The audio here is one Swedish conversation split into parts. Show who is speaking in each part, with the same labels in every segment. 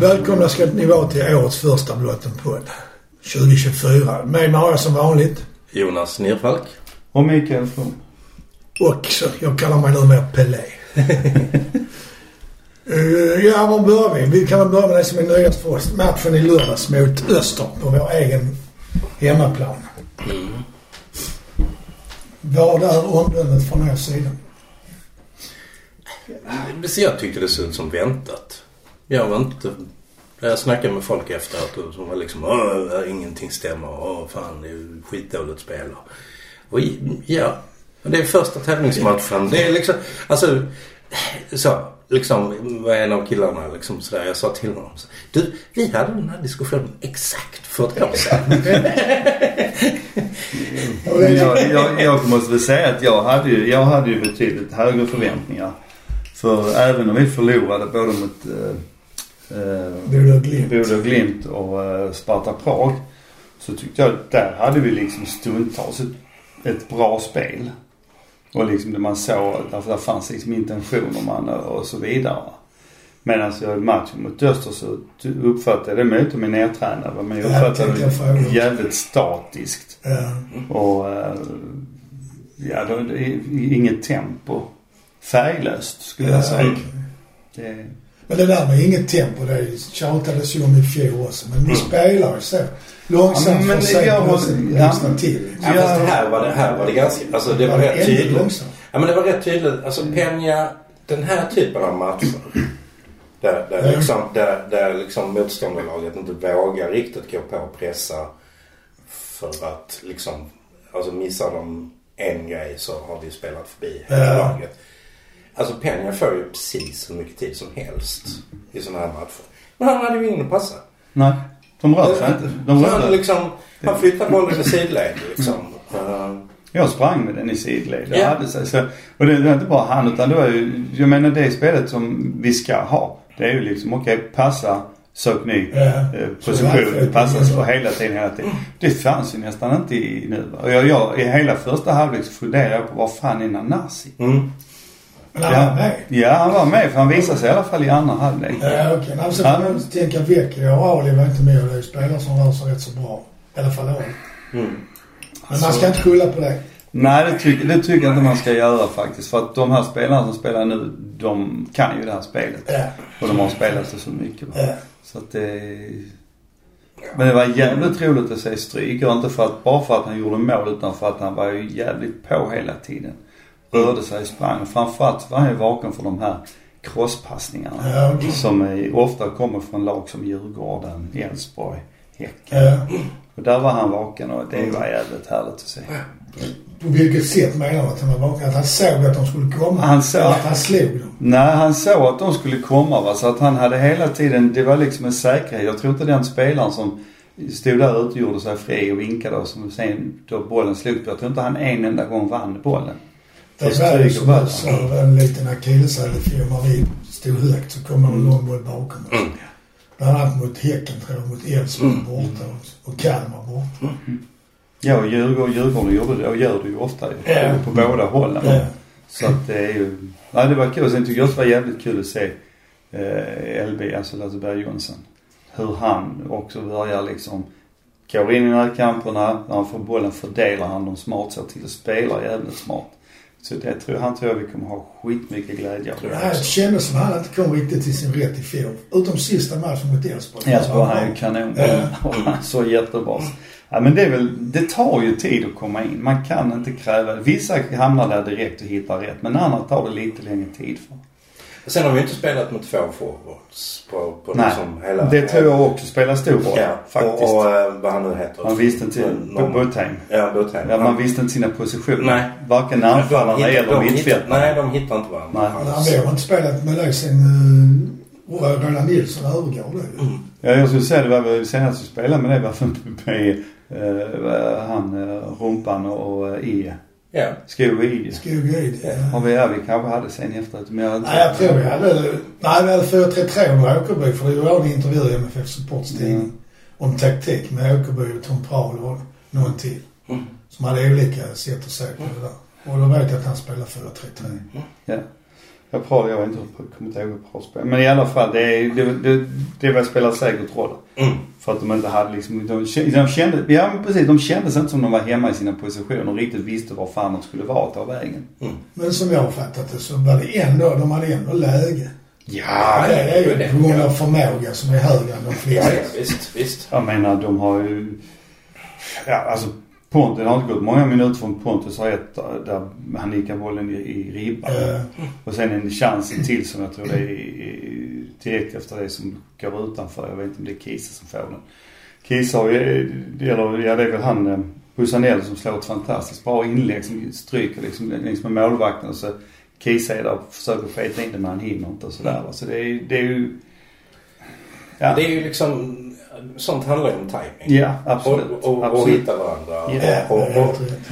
Speaker 1: Välkomna ska ni vara till årets första Blottenpodd 2024. Med mig har jag som vanligt.
Speaker 2: Jonas Nerfalk.
Speaker 3: Och Mikael From.
Speaker 1: Och så, jag kallar mig numera Pelé. Eh, ja, var börjar vi? Vi kan väl börja med det som är nyast för oss. Matchen i lördags mot Öster på vår egen hemmaplan. Vad är omdömet från er sida?
Speaker 2: Så jag tyckte det såg ut som väntat. Jag var inte... Jag snackade med folk efteråt och som var liksom Åh, ingenting stämmer. Åh, fan, det är ju skitdåligt spel. Och ja, det är första tävlingsmatchen. Det är liksom... Alltså, så, liksom var en av killarna liksom sådär. Jag sa till honom så, Du, vi hade den här diskussionen exakt för ett år sedan.
Speaker 3: Men jag, jag, jag måste väl säga att jag hade ju, jag hade ju betydligt högre förväntningar. För även om vi förlorade både mot eh, eh,
Speaker 1: Bodö och Glimt.
Speaker 3: Bodö Glimt och eh, Sparta Prag. Så tyckte jag att där hade vi liksom stundtals ett, ett bra spel. Och liksom det man såg, där, där fanns liksom intentioner man och så vidare. Medan jag i matchen mot Öster så ty- uppfattade jag det mötet med nedtränade. Men jag
Speaker 1: Ja,
Speaker 3: uppfattade
Speaker 1: tänkte jag fråga
Speaker 3: det
Speaker 1: också.
Speaker 3: jävligt statiskt.
Speaker 1: Ja.
Speaker 3: Och eh, ja, då, det är inget tempo. Färglöst skulle jag säga.
Speaker 1: eh,
Speaker 3: Det,
Speaker 1: Men det där med inget tempo, det tjatades ju om i fjol också. Men vi spelar ju så.
Speaker 3: Mm. Ja,
Speaker 1: Långsamt
Speaker 3: men
Speaker 1: för sent
Speaker 3: jag
Speaker 1: och
Speaker 3: var-
Speaker 1: sen
Speaker 3: ja,
Speaker 1: blixtrar till.
Speaker 2: Ja, fast här var det, här var det ganska... Alltså det var
Speaker 1: Ja,
Speaker 2: rätt
Speaker 1: ändå
Speaker 2: tydligt.
Speaker 1: långsamt.
Speaker 2: Ja men det var rätt tydligt. Alltså Peña, den här typen av matcher. Där, där, liksom, där, där liksom motståndarlaget inte vågar riktigt gå på och pressa. För att liksom, alltså missar de en grej så har vi spelat förbi hela
Speaker 1: Ja.
Speaker 2: laget. Alltså Peña får ju precis hur mycket tid som helst i sådana här matcher. Men han hade ju ingen att passa.
Speaker 3: nej, de rör sig inte. De
Speaker 2: Så han,
Speaker 3: rör
Speaker 2: liksom, han flyttar bollen i sidled liksom. Eh,
Speaker 3: Jag sprang med den i sidled. Jag
Speaker 2: Ja.
Speaker 3: hade sig, så, och det var inte bara han utan det var ju, jag menar det spelet som vi ska ha. Det är ju liksom, okej passa, sök ny
Speaker 1: Ja.
Speaker 3: eh,
Speaker 1: Så
Speaker 3: position, passa
Speaker 1: varför-
Speaker 3: och hela tiden, hela
Speaker 1: Mm.
Speaker 3: tiden. Det fanns ju nästan inte i nu. va. Och jag, jag, i hela första halvlek så funderade jag på var fan är Nanasi?
Speaker 2: Mm.
Speaker 1: Men
Speaker 3: Ja,
Speaker 1: han nej.
Speaker 3: ja, han var med för han visade sig i alla fall i andra halvlek.
Speaker 1: Ja, Eh, okej. Nej, men så får man inte tänka Vecchio och Ali var inte med. Det är ju spelare som rör sig rätt så bra. I alla fall Ali.
Speaker 3: Mm.
Speaker 1: Men man ska inte skylla på det.
Speaker 3: Nej, det, tycker- det tycker jag inte man ska göra faktiskt. För att de här spelarna som spelar nu, de kan ju det här spelet.
Speaker 1: Ja.
Speaker 3: Och de har spelat det så mycket. Va?
Speaker 1: Ja.
Speaker 3: Så att det... Men det var jävligt roligt att se Stryker. Inte för att, bara för att han gjorde mål utan för att han var ju jävligt på hela tiden. Rörde sig, sprang. Framförallt var han ju vaken för de här crosspassningarna.
Speaker 1: Ja, okej.
Speaker 3: Som är, ofta kommer från lag som Djurgården, Elfsborg, Häcken.
Speaker 1: Ja.
Speaker 3: Och där var han vaken och det var jävligt härligt att se.
Speaker 1: På vilket sätt menar du att han var vaken? Att han såg att de skulle komma?
Speaker 3: Han såg-
Speaker 1: Eller att han slog dem?
Speaker 3: Nej, han såg att de skulle komma va. Så att han hade hela tiden, det var liksom en säkerhet. Jag tror inte den spelaren som stod där ute och gjorde sig fri och vinkade och som sen då bollen slog på. Jag tror inte han en enda gång vann bollen.
Speaker 1: Det är
Speaker 3: Fast
Speaker 1: värre
Speaker 3: Stryker
Speaker 1: som
Speaker 3: vann.
Speaker 1: du sa, det var en liten akilleshäl i fjol när vi stod högt så kom det
Speaker 3: Mm.
Speaker 1: en lång boll bakom oss. Bland annat mot Häcken tror jag, mot Elfsborg
Speaker 3: Mm.
Speaker 1: borta och, och Kalmar borta.
Speaker 3: Ja, och Djurgården, Djurgården gjorde det och gör det ju ofta ju.
Speaker 1: Ja.
Speaker 3: På båda hållen.
Speaker 1: Ja.
Speaker 3: Så att det är ju, nej det var kul. Sen tycker jag också det var jävligt kul att se eh, LB, alltså Lasse Berg Jonsson. Hur han också börjar liksom, går in i närkamperna, när han får bollen fördelar han dem smart, ser till att spela jävligt smart. Så det tror jag, han tror jag vi kommer ha skitmycket glädje av.
Speaker 1: Det här kändes som att han inte kom riktigt till sin rätt i fjol. Utom sista matchen mot Elfsborg.
Speaker 3: Jesper han är ju kanon.
Speaker 1: Ja.
Speaker 3: Och han såg jättebra. Ja, men det, är väl, det tar ju tid att komma in. Man kan inte kräva. Vissa hamnar där direkt och hittar rätt. Men andra tar det lite längre tid för.
Speaker 2: Sen har vi inte spelat med två forwards på, på
Speaker 3: Nej,
Speaker 2: liksom hela...
Speaker 3: det tror jag också spelar stor roll
Speaker 2: Ja,
Speaker 3: faktiskt.
Speaker 2: Och, och eh, vad han nu heter.
Speaker 3: man visste inte, på
Speaker 2: Någon-
Speaker 3: Botheim.
Speaker 2: Ja, Botheim.
Speaker 3: Ja, man visste inte sina positioner.
Speaker 2: Nej.
Speaker 3: Varken anfallarna eller mittfältarna.
Speaker 2: Nej, de hittar inte varandra.
Speaker 3: Nej.
Speaker 1: Men han har inte spelat med det sen eh, Roland Nilsson övergav det. Mm.
Speaker 3: Ja, jag skulle säga det var väl senast vi spelade med det var med eh, han eh, Rumpan och eh, I.
Speaker 2: Ja.
Speaker 3: Skog och I.
Speaker 1: Skog i det.
Speaker 3: Har vi, ja, vi kanske hade sen efteråt. Men jag,
Speaker 1: Nej, jag tror vi hade... Nej, vi hade 4-3-3 med Åkerby. För det var en intervju i MFF Supports tidning om taktik med Åkerby och Tom Prahl och någon till.
Speaker 2: Mm.
Speaker 1: Som
Speaker 3: Mm.
Speaker 1: hade olika sätt att se på det där. Och då vet jag att han spelade 4-3-3.
Speaker 3: Ja. Jag pratar, jag har inte kommit ihåg hur bra spel. Men i alla fall, det, är- det, det, det var spelar säkert roll.
Speaker 2: Mm.
Speaker 3: För att de inte hade liksom, de, kä- de kände, ja men precis, de kändes inte som de var hemma i sina positioner och riktigt visste var fan de skulle vara och ta vägen.
Speaker 2: Mm.
Speaker 1: Men som jag har fattat det så var det ändå, de hade ändå läge.
Speaker 3: Ja,
Speaker 1: det är
Speaker 2: det är
Speaker 1: ju
Speaker 2: det.
Speaker 1: på grund av förmåga som är högre än de
Speaker 2: Ja,
Speaker 1: flesta.
Speaker 2: ja, visst, visst.
Speaker 3: Jag menar de har ju... Ja, alltså Pontus, det har inte gått många minuter från Pontus har ett där han nickar bollen i, i ribban.
Speaker 1: Eh,
Speaker 3: Och sen en chans till som jag tror det är i- i- direkt efter det som går utanför. Jag vet inte om det är Kiese som får den. Kiese har ju, eller ja det är väl han eh, Busanell som slår ett fantastiskt bra inlägg som stryker liksom längs med målvakten. Och så Kiese är där och försöker skita in den men han hinner inte och sådär va. Så det är, det är ju... Ja,
Speaker 2: Det är ju liksom... Sånt handlar ju om timing.
Speaker 3: ja absolut.
Speaker 2: Och, och, och
Speaker 3: absolut.
Speaker 2: hitta varandra.
Speaker 3: Ja.
Speaker 2: Och, och, och,
Speaker 1: helt rätt.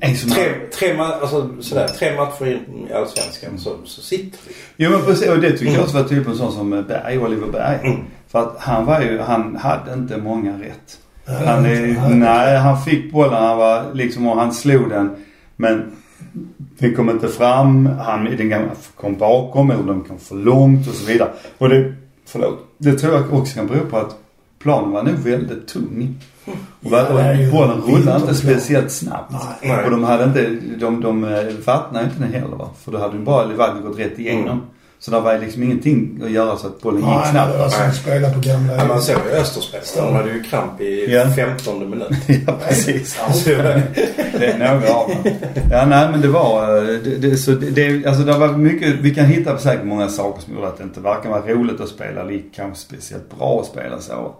Speaker 3: En som
Speaker 2: tre, tre, ma- alltså, sådär, tre matcher in i Allsvenskan så, så sitter vi.
Speaker 3: Jo men precis, och det tycker
Speaker 2: Mm.
Speaker 3: jag också var tydligt på en sån som Berg, Oliver Berg. För att han var ju, han hade inte många rätt.
Speaker 1: Nej,
Speaker 3: Han,
Speaker 1: inte.
Speaker 3: är, nej, han fick bollen, han var liksom, och han slog den. Men den kom inte fram, han den gamla kom bakom eller de kom för långt och så vidare. Och det, förlåt, det tror jag också kan bero på att planen var nog väldigt tung. Och, var, och bollen rullade inte speciellt snabbt.
Speaker 2: Nej.
Speaker 3: Och de hade inte, de, de eh, vattnade inte den heller va? För då hade ju bara Levadio gått rätt igenom.
Speaker 2: Mm.
Speaker 3: Så det var ju liksom ingenting att göra så att bollen gick
Speaker 1: Nej,
Speaker 3: snabbt.
Speaker 1: det var som att spela på gamla...
Speaker 2: Ja, man såg ju Österspelarna. De hade ju kramp i
Speaker 3: Ja.
Speaker 2: 15 minut.
Speaker 3: Ja precis.
Speaker 2: Alltså,
Speaker 3: Det är några av dem. Ja nej men det var, eh, det, det, så det, det, alltså det var mycket, vi kan hitta säkert många saker som gjorde att det inte verkar vara roligt att spela eller kanske speciellt bra att spela så.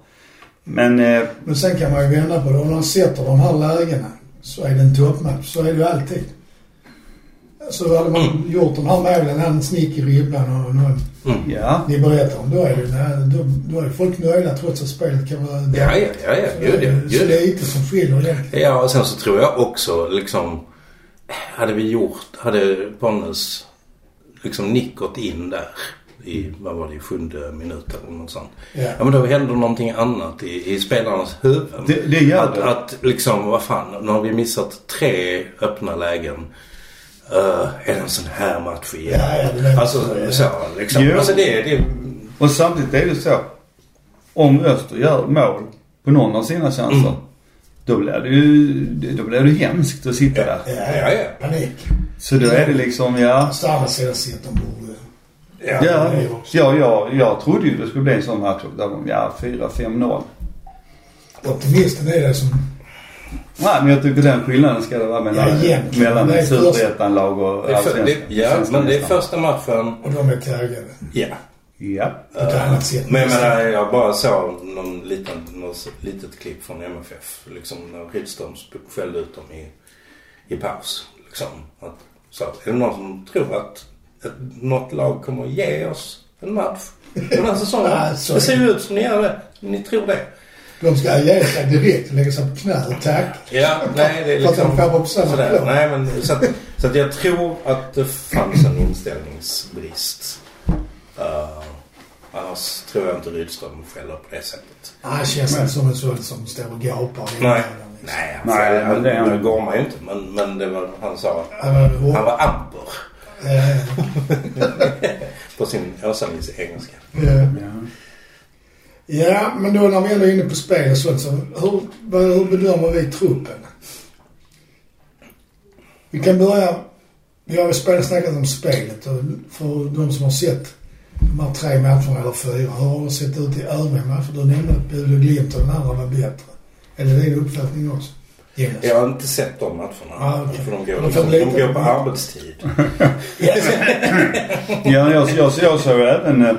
Speaker 3: Men eh,
Speaker 1: Men sen kan man ju vända på det. Om man sätter de här lägena så är det en toppmatch. Så är det ju alltid. Så hade man
Speaker 2: Mm.
Speaker 1: gjort de här målen, han snick i ribban och någon
Speaker 3: ja.
Speaker 1: ni berättar om, då är det nej, då, då är folk nöjda trots att spelet kan vara...
Speaker 2: ja, ja, ja, ja.
Speaker 1: Så det
Speaker 2: Gör det.
Speaker 1: är- Så
Speaker 2: Gör
Speaker 1: det
Speaker 2: det.
Speaker 1: är inte som skiljer egentligen.
Speaker 2: Ja, och sen så tror jag också liksom... Hade vi gjort... Hade Bonnes liksom nick gått in där i, vad var det, i sjunde minuten eller något sånt.
Speaker 1: Ja.
Speaker 2: Ja men då händer någonting annat i, i spelarnas huvuden.
Speaker 3: Det- det gör
Speaker 2: att,
Speaker 3: det.
Speaker 2: att liksom, vad fan, nu har vi missat tre öppna lägen. Eh, är det en sån här match igen?
Speaker 1: Ja, ja, det är-
Speaker 2: alltså så liksom.
Speaker 3: Jo.
Speaker 2: Alltså det, det
Speaker 3: Och samtidigt är det så. Om Öster gör mål på någon av sina chanser. Då blir det ju, då blir det hemskt att sitta där.
Speaker 2: Eh, Ja, ja.
Speaker 1: Panik.
Speaker 3: Så då är det liksom, ja.
Speaker 1: Fast å andra sidan ser de eh, borde...
Speaker 2: ja.
Speaker 3: Ja,
Speaker 1: det är också-
Speaker 3: ja, ja, jag trodde ju det skulle bli en sån match där de, ja, 4-5-0.
Speaker 1: Optimisten är det som...
Speaker 3: Nej, men jag tycker den skillnaden ska det vara mellan,
Speaker 1: Ja, egentligen.
Speaker 3: mellan
Speaker 1: Det är
Speaker 3: ett
Speaker 1: först-
Speaker 3: superettan-lag och
Speaker 2: Det är för, det,
Speaker 3: allsvenskan.
Speaker 2: ja,
Speaker 3: Svenskan
Speaker 2: men det är
Speaker 3: nästan.
Speaker 2: första matchen.
Speaker 1: Och de är taggade.
Speaker 2: Ja.
Speaker 3: Ja.
Speaker 1: På ett annat sätt.
Speaker 2: Men jag menar, jag bara såg någon liten, något litet klipp från MFF. Liksom när Rydström sp- skällde ut dem i, i paus. Liksom. Att, så, är det någon som tror att, att något lag kommer att ge oss en match den här säsongen?
Speaker 1: Nej,
Speaker 2: det ser ju ut som ni gör det. Ni tror det.
Speaker 1: De ska ge sig direkt, lägga sig på knä och tack.
Speaker 2: Ja, nej det är
Speaker 1: För att de
Speaker 2: liksom...
Speaker 1: kommer på samma
Speaker 2: Sådär.
Speaker 1: plan.
Speaker 2: Nej, men, så, att, så att jag tror att det fanns en inställningsbrist. Uh, annars tror jag inte Rydström skäller på det sättet.
Speaker 1: Nej, känns inte som en sån som står och gapar. i
Speaker 2: Nej.
Speaker 1: den här, liksom.
Speaker 2: Nej, alltså,
Speaker 3: Nej,
Speaker 2: han,
Speaker 3: men det är han.
Speaker 2: nu går man ju inte. Men, men det var, han sa att
Speaker 1: Han var hård.
Speaker 2: han var amper
Speaker 1: Eh,
Speaker 2: på sin Åsa-Nisse engelska.
Speaker 1: eh.
Speaker 3: Ja.
Speaker 1: Ja, men då när vi ändå är inne på spel och sånt så hur, vad- hur bedömer vi truppen? Vi kan börja... Vi har ju spelat- snackat om spelet och för de som har sett de här tre matcherna eller fyra, hur har det sett ut i övriga matcher? Du nämnde att Luleå och Glimt och den andra var bättre. Är det din uppfattning också? Yes.
Speaker 2: Jag har inte sett de matcherna.
Speaker 1: Ah, okej.
Speaker 2: För de går,
Speaker 1: Men
Speaker 2: liksom,
Speaker 1: för
Speaker 2: de
Speaker 1: lite-
Speaker 2: går på arbetstid.
Speaker 3: Ja, jag, jag, jag såg även eh,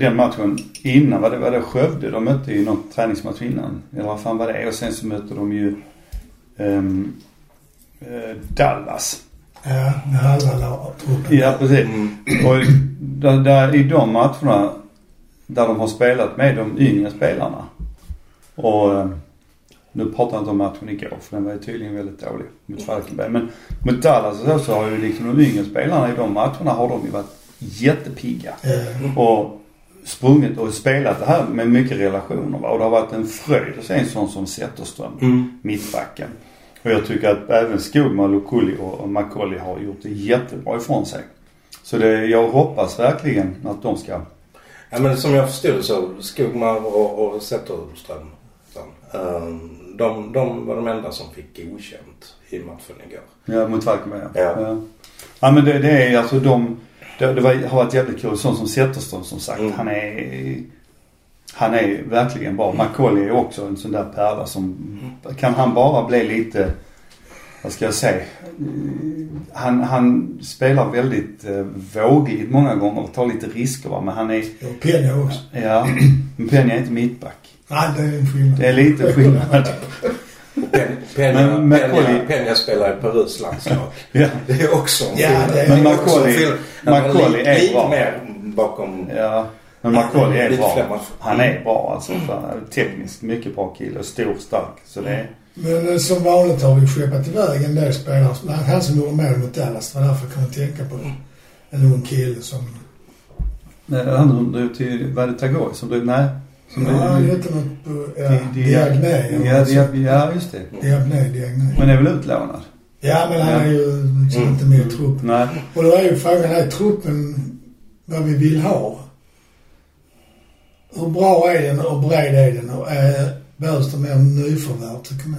Speaker 3: den matchen innan. Vad det var det Skövde de mötte i någon träningsmatch innan. Eller vad fan var det? Och sen så mötte de ju ehm, eh, Dallas.
Speaker 1: Ja, med halva la- truppen.
Speaker 3: Ja, precis.
Speaker 2: Mm.
Speaker 3: Och där, där, i de matcherna där de har spelat med de yngre spelarna. Och eh, nu pratar jag inte om matchen igår för den var ju tydligen väldigt dålig mot Falkenberg. Men mot Dallas och så, så har ju liksom de yngre spelarna i de matcherna har de ju varit jättepigga
Speaker 1: Eh,
Speaker 3: Mm. och sprungit och spelat det här med mycket relationer. va. Och det har varit en fröjd att se en sån som Zetterström,
Speaker 2: Mm.
Speaker 3: mittbacken. Och jag tycker att även Skogman, Lukulli och och Macaulay har gjort det jättebra ifrån sig. Så det, jag hoppas verkligen att de ska.
Speaker 2: Ja, men som jag förstod så, Skogmar och, och Zetterström, um, de, de var de enda som fick godkänt i matchen igår.
Speaker 3: Ja, mot Falkenberg
Speaker 2: Ja.
Speaker 3: ja. Ja men det, det är alltså de, det, det var, har varit jävligt kul. Sån som Zetterström som sagt.
Speaker 2: Mm.
Speaker 3: Han är, han är verkligen bra. Macaulay är också en sån där pärla som, kan han bara bli lite, vad ska jag säga? Mm, Han, han spelar väldigt eh, vågigt många gånger och tar lite risker va. Men han är,
Speaker 1: Och Penja också.
Speaker 3: ja, men Penny är inte mittback.
Speaker 1: Nej, det är en skillnad.
Speaker 3: Det är lite skillnad.
Speaker 2: Och Pen, Penja,
Speaker 3: Men
Speaker 2: Penja,
Speaker 3: Macaulay-
Speaker 2: Penja, spelar i Perus landslag.
Speaker 3: Ja.
Speaker 2: Det är också en
Speaker 1: Ja,
Speaker 2: skillnad.
Speaker 1: det är-
Speaker 2: Det
Speaker 1: Men
Speaker 2: också en
Speaker 3: Macaulay-
Speaker 2: skillnad. Han var
Speaker 3: Macaulay
Speaker 2: lite-
Speaker 3: är
Speaker 2: Lite
Speaker 3: bra.
Speaker 2: mer bakom...
Speaker 3: Ja, men Macaulay är
Speaker 2: Lite fler
Speaker 3: bra.
Speaker 2: matcher.
Speaker 3: Han är bra alltså. Fan, Tekniskt mycket bra kille. Stor, stark. Så det är...
Speaker 1: Men eh, som vanligt har vi skeppat iväg en del spelare. Bland annat Han som gjorde mål mot Dallas, det var därför jag kunde tänka på det. En ung kille som...
Speaker 3: Nej, han drev till... Var det Tagore som drev... Nej. Som
Speaker 1: Ja, han hette något på... Ja, Diagne. eller
Speaker 3: Ja,
Speaker 1: något sånt.
Speaker 3: Diag- ja, just det.
Speaker 1: Diagne, Diagne.
Speaker 3: Men är väl utlånad?
Speaker 1: Ja, men han är ju liksom inte med
Speaker 3: Mm.
Speaker 1: i truppen.
Speaker 3: Nej.
Speaker 1: Och då är ju frågan här, truppen, vad vi vill ha. Hur bra är den och bred är den och eh, behövs det mer nyförvärv tycker ni?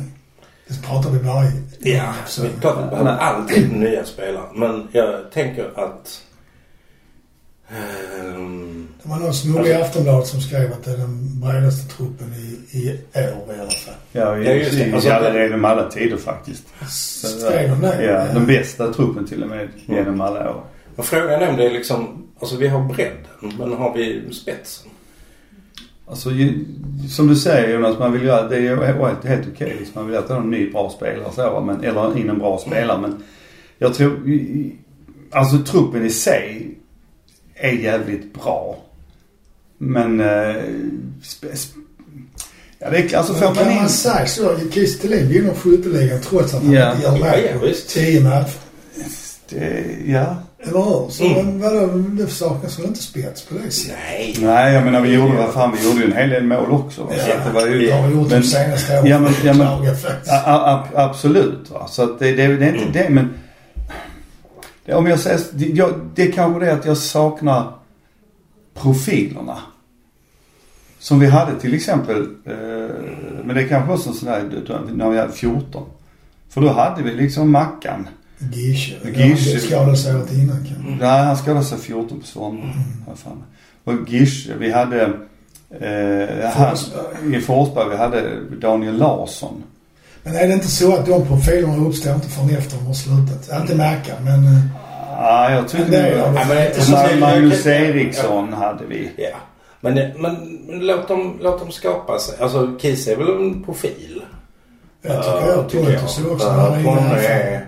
Speaker 1: Det pratar vi bara i.
Speaker 2: Ja,
Speaker 1: så.
Speaker 2: det är klart man behöver
Speaker 3: Nej.
Speaker 2: alltid typ nya spelare. Men jag tänker att... ehm,
Speaker 1: Det var någon snubbe i Aftonbladet som skrev att det är den bredaste truppen i, i år i alla fall.
Speaker 2: Ja,
Speaker 3: Ja,
Speaker 2: just det. Alltså,
Speaker 3: ja, det är de alla tider faktiskt.
Speaker 1: Skrev de det?
Speaker 3: Ja, den bästa truppen till och med genom alla år.
Speaker 2: men frågan är om det är liksom... Alltså vi har bredden, men har vi spetsen?
Speaker 3: Alltså, ju- som du säger Jonas, man vill ju att det är ju helt, helt okej. liksom. Man vill alltid ha en ny bra spelare så, va, men, eller in en bra spelare. Men jag tror, i- i- alltså truppen i sig är jävligt bra. Men, eh, spe, sp- ja det är, alltså får
Speaker 1: Men
Speaker 3: man
Speaker 1: kan
Speaker 3: in...
Speaker 1: man säga så? Kistelin vinner skytteligan trots att han
Speaker 3: Ja.
Speaker 1: inte gör
Speaker 2: Ja,
Speaker 1: mål.
Speaker 2: ja, visst.
Speaker 1: Tio matcher.
Speaker 3: Det, ja.
Speaker 1: Eller hur? Så
Speaker 2: Mm.
Speaker 1: mm. vadå, det saknas väl inte spets på det sättet?
Speaker 2: Nej.
Speaker 3: Nej, jag menar vi gjorde, vad fan, vi gjorde ju en hel del mål också. va, så att det var ju,
Speaker 1: Det har vi gjort
Speaker 3: men-
Speaker 1: de senaste åren.
Speaker 3: Ja, men- ja, men-
Speaker 1: Klagar faktiskt.
Speaker 3: A, a, ab- absolut va. Så att det, det, det är
Speaker 1: Mm.
Speaker 3: inte det men. Det, om jag säger, det, jag, det är kanske det att jag saknar profilerna. Som vi hade till exempel, eh, men det kanske också en sån där, d- d- när vi hade 14. För då hade vi liksom Mackan.
Speaker 1: Gische.
Speaker 3: Gische.
Speaker 1: Gische. Skadade sig året innan kanske.
Speaker 3: Nej, han skadade sig 14 på
Speaker 1: Mm.
Speaker 3: Svanberg. har jag för mig. Och Gish, vi hade eh, han,
Speaker 1: Forsberg.
Speaker 3: i Forsberg, vi hade Daniel Larsson.
Speaker 1: Men är det inte så att de profilerna uppstår inte förrän efter de har slutat? Inte Mackan, men... eh,
Speaker 3: Ja, jag tycker
Speaker 1: Men det är
Speaker 3: nog-
Speaker 1: jag.
Speaker 2: Nej, men,
Speaker 1: Så
Speaker 2: alltså,
Speaker 3: Man,
Speaker 2: det-
Speaker 3: Magnus
Speaker 2: jag-
Speaker 3: Eriksson hade vi.
Speaker 2: Ja. Men, men, men låt, dem, låt dem skapa sig. Alltså Kiese är väl en profil?
Speaker 1: Jag tycker jag. Tror jag så också.
Speaker 2: Ja,
Speaker 1: när han är
Speaker 2: Conny
Speaker 1: inne här.
Speaker 2: är...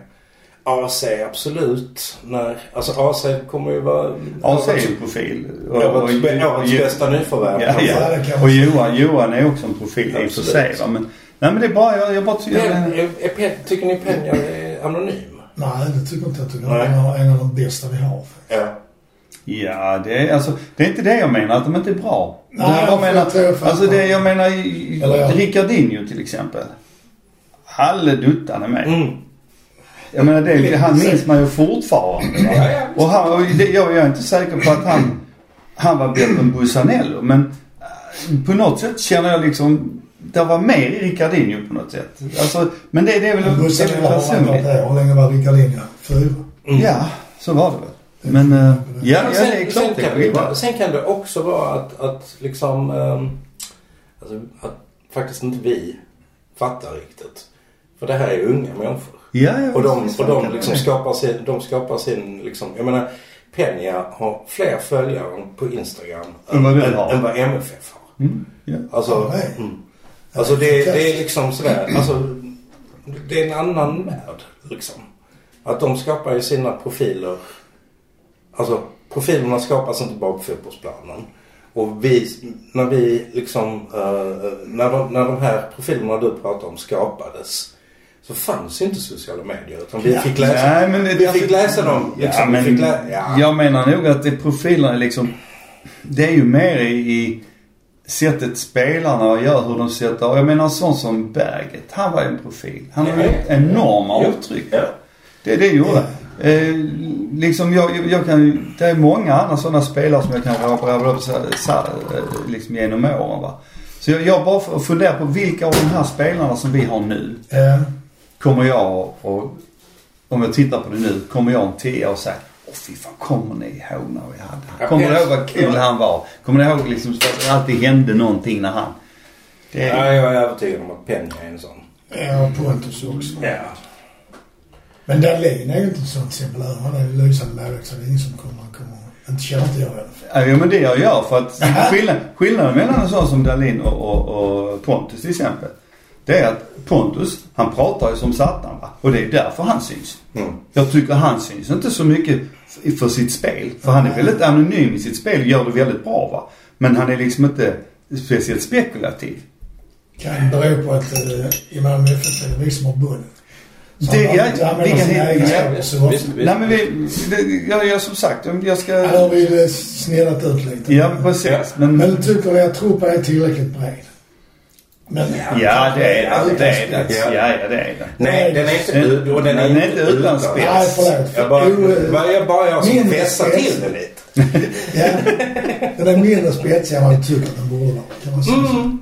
Speaker 2: AC absolut. Nej. Alltså AC kommer ju vara...
Speaker 3: AC är ju en profil. Och,
Speaker 2: Årets årets bästa
Speaker 3: Ja,
Speaker 2: nyförvärv.
Speaker 1: Ja, det
Speaker 3: ja.
Speaker 1: kan
Speaker 3: och
Speaker 1: man
Speaker 3: Johan, Johan är också en profil i och för
Speaker 2: Absolut.
Speaker 3: sig. Va? Men, nej men det är bara, jag, jag bara tycker...
Speaker 2: Pen,
Speaker 3: Jag,
Speaker 2: är, är, Pen- tycker ni Penja är anonym?
Speaker 1: Nej, det tycker inte jag. Tycker
Speaker 2: Nej.
Speaker 1: han är en av de bästa vi har.
Speaker 2: Ja.
Speaker 3: ja, det är alltså, det är inte det jag menar, att de inte är bra.
Speaker 1: Nej,
Speaker 3: Men jag,
Speaker 1: jag
Speaker 3: menar,
Speaker 1: tror jag fattar.
Speaker 3: alltså det jag menar, i-
Speaker 1: Eller ja.
Speaker 3: Ricardinho till exempel. Halleduttan är med.
Speaker 2: Mm.
Speaker 3: Jag menar det, han minns man ju fortfarande. Va?
Speaker 2: Ja, ja,
Speaker 3: Och han, och det, jag, jag är inte säker på att han, han var bättre än Busanello. Men eh, på något sätt känner jag liksom, det var mer i Ricardinho på något sätt. Alltså, men det, det är väl det är väl
Speaker 1: Bussen har han varit
Speaker 3: personligt.
Speaker 1: här. Hur länge var Rickard Lindgren? Fyra?
Speaker 3: Ja, så var det väl. Men eh, ja, ja, det är klart
Speaker 2: Mm. sen,
Speaker 3: det är
Speaker 2: kan det,
Speaker 3: skillnad.
Speaker 2: sen kan det också vara att, att liksom... ehm, alltså, att faktiskt inte vi fattar riktigt. För det här är unga människor.
Speaker 3: Ja, ja,
Speaker 2: Och de,
Speaker 3: visst,
Speaker 2: och
Speaker 3: man
Speaker 2: de,
Speaker 3: kan-
Speaker 2: liksom skapar sin, de skapar sin liksom, jag menar Penja har fler följare på Instagram
Speaker 3: Än vad vi har.
Speaker 2: än vad MFF har.
Speaker 3: Mm, ja.
Speaker 2: Alltså,
Speaker 1: Nej.
Speaker 2: mm. alltså det, det är liksom sådär, alltså, det är en annan värld liksom. Att de skapar ju sina profiler. Alltså profilerna skapas inte bara på fotbollsplanen. Och vi, när vi liksom, eh, när, de, när de här profilerna du pratar om skapades så fanns ju inte sociala medier. Utan vi fick läsa,
Speaker 3: Nej, men det-
Speaker 2: vi fick läsa dem. Liksom,
Speaker 3: Ja, men,
Speaker 2: vi fick lä- ja.
Speaker 3: Jag menar nog att det profilerna är liksom, det är ju mer i, i sättet spelarna gör, hur de sätter, jag menar en sån som Berget, han var ju en profil. Han har
Speaker 2: Ja.
Speaker 3: gjort enorma
Speaker 2: Ja.
Speaker 3: avtryck.
Speaker 2: Ja.
Speaker 3: Det, det gjorde han. Eh, liksom jag, jag- jag kan ju- det är många andra sådana spelare som jag kan rabbla rabbla upp så, så, eh, liksom genom åren va. Så jag, jag bara f- funderar på vilka av de här spelarna som vi har nu
Speaker 1: Ja.
Speaker 3: kommer jag och om jag tittar på det nu, kommer jag om 10 år säga Åh fy fan, kommer ni ihåg när vi hade
Speaker 2: Ja,
Speaker 3: han? Kommer ni
Speaker 2: yes.
Speaker 3: ihåg vad kul
Speaker 2: Ja.
Speaker 3: han var? Kommer ni ihåg liksom att det alltid hände någonting när han... Det
Speaker 2: Ja, jag är övertygad om att Penny är en sån.
Speaker 1: Ja, Pontus också.
Speaker 2: Ja.
Speaker 1: Men Dahlin är ju inte ett sånt exempel här. Han är ju lysande målvakt så det är ingen som kommer, kommer inte känna till jag i alla fall.
Speaker 3: Ja, ja, men det jag gör för att skillnad, skillnaden mellan en sån som Dahlin och, och, och Pontus till exempel. Det är att Pontus, han pratar ju som satan va. Och det är därför han syns.
Speaker 2: Mm.
Speaker 3: Jag tycker han syns inte så mycket f- för sitt spel. För han är väldigt anonym i sitt spel och gör det väldigt bra va. Men han är liksom inte speciellt spekulativ.
Speaker 1: Kan bero på att eh, i Malmö FF är det vi som har bunden. Så
Speaker 3: Det-
Speaker 1: han
Speaker 3: ja,
Speaker 1: inte använder
Speaker 3: det kan
Speaker 1: sina
Speaker 3: hända.
Speaker 1: egenskaper
Speaker 2: Ja,
Speaker 1: så ofta.
Speaker 2: visst, visst.
Speaker 3: Nej men vi, det, jag, jag som sagt, om jag ska...
Speaker 1: Här har vi eh, sneddat ut lite.
Speaker 3: Ja precis. Men,
Speaker 1: Men tycker vi att truppen är tillräckligt bred? Men...
Speaker 3: ja det är det. det, är det.
Speaker 2: Ja.
Speaker 3: Ja, ja det är det.
Speaker 2: Nej, den är inte
Speaker 3: Den-
Speaker 2: ut- och den är
Speaker 3: den är
Speaker 2: inte
Speaker 3: inte utan
Speaker 2: utan
Speaker 3: spets.
Speaker 1: Nej, förlåt.
Speaker 2: Jag bara,
Speaker 1: Jo, eh,
Speaker 2: bara, jag bara jag som
Speaker 1: min
Speaker 2: fästar
Speaker 1: spets.
Speaker 2: till det lite.
Speaker 1: Ja, den är mindre spetsig än vad jag tycker att den borde vara. Kan man säga.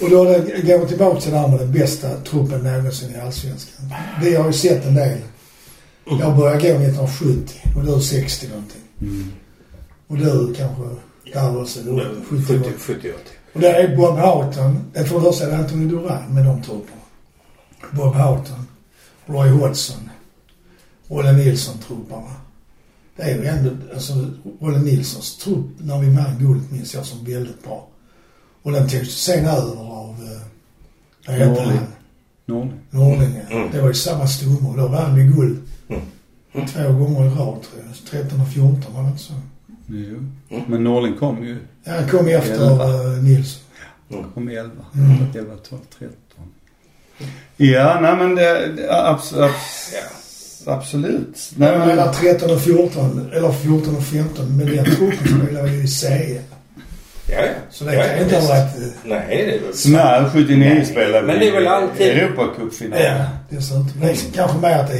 Speaker 1: Och då det- går vi tillbaka till det här med den bästa truppen någonsin i Allsvenskan. Vi har ju sett en del. Jag började gå 1970 och du 60 någonting. Och du kanske, där också, du var 70
Speaker 2: 70, 70, 80.
Speaker 1: Och det är Bob Houghton, det är för det första är det Anthony Duran med de trupperna. Bob Houghton, Roy Hodgson, Olle Nilsson-trupperna. Det är ju ändå, alltså Olle Nilssons trupp när vi vann guldet minns jag som väldigt bra. Och den togs sen över av, eh, vad hette
Speaker 3: Norling.
Speaker 1: han?
Speaker 3: Norling.
Speaker 1: Nordlinge.
Speaker 2: Mm.
Speaker 1: Det var ju samma stomme och då vann vi guld.
Speaker 2: Mm.
Speaker 1: Två gånger i rad tror jag. 13 och 14 var det inte så?
Speaker 3: Jo.
Speaker 2: Mm.
Speaker 3: Men Norling kom ju.
Speaker 1: Ja, han kom ju efter
Speaker 3: Elva.
Speaker 1: eh, Nilsson.
Speaker 3: Kom 11.
Speaker 1: Mm.
Speaker 3: 11, 12, 13. Ja, nej men det, det abs, abs,
Speaker 2: Ja.
Speaker 3: absolut. Nej,
Speaker 1: Nej,
Speaker 3: men,
Speaker 1: Mellan 13 och 14, eller 14 och 15, men den truppen spelar ju i serie.
Speaker 2: Ja, ja.
Speaker 1: Så det
Speaker 2: ja,
Speaker 1: kan inte
Speaker 2: visst.
Speaker 1: ha varit... eh,
Speaker 2: Nej, det är väl...
Speaker 3: nej, 79 spelade
Speaker 2: Men
Speaker 3: vi
Speaker 2: det är väl alltid-
Speaker 3: Europacupfinal.
Speaker 1: Ja, dessutom. eh, Det är kanske mer att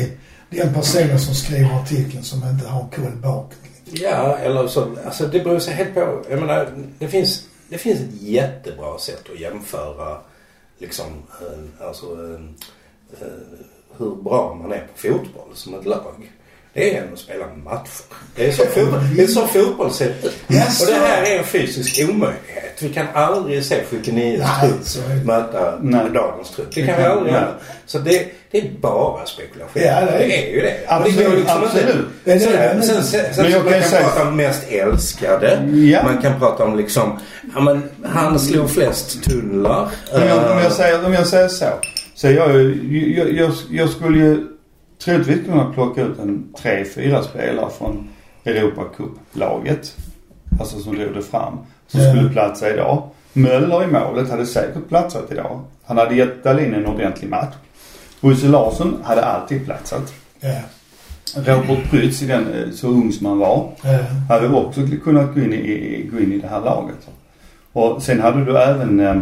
Speaker 1: det är den personen som skriver artikeln som inte har koll bakåt.
Speaker 2: Ja, eller så, alltså det beror sig helt på. Jag menar, det finns, det finns ett jättebra sätt att jämföra liksom, eh, alltså, eh, eh, hur bra man är på fotboll som ett lag. Det är genom att spela matcher. Det är så, fotboll, det är så fotboll ser ut.
Speaker 1: Jaså?
Speaker 2: Och det här är en fysisk omöjlighet. Vi kan aldrig se 79
Speaker 1: Nej, så är det.
Speaker 2: trupp möta
Speaker 3: Nej.
Speaker 2: dagens trupp. Det
Speaker 3: Det
Speaker 2: kan vi
Speaker 3: kan-
Speaker 2: aldrig
Speaker 3: nej.
Speaker 2: göra. Så det, det är bara
Speaker 1: Ja,
Speaker 2: spekulation.
Speaker 1: det är-
Speaker 2: det är ju det.
Speaker 3: Absolut,
Speaker 2: det går liksom inte-
Speaker 3: absolut.
Speaker 1: Det är det.
Speaker 2: Sen- sen- sen- Sen
Speaker 3: Men
Speaker 2: så
Speaker 3: jag
Speaker 2: man
Speaker 3: kan
Speaker 2: kan
Speaker 3: säga-
Speaker 2: prata om mest älskade.
Speaker 3: Ja.
Speaker 2: Man kan prata om liksom, ja men han slog flest tunnlar.
Speaker 3: Om jag, om,
Speaker 2: Eh,
Speaker 3: jag säger, om jag säger så. Så jag, ju- jag, jag, jag skulle ju troligtvis kunna plocka ut en tre, fyra spelare från Europacup-laget. Alltså som drog det fram. Som
Speaker 1: Ja.
Speaker 3: skulle platsa idag. Möller i målet hade säkert platsat idag. Han hade gett Dahlin en ordentlig match. Bosse Larsson hade alltid platsat.
Speaker 1: Ja,
Speaker 3: Robert Prytz, i den, eh, så ung som han var,
Speaker 1: ja,
Speaker 3: hade också kunnat gå in i, gå in i det här laget. Och sen hade du även eh,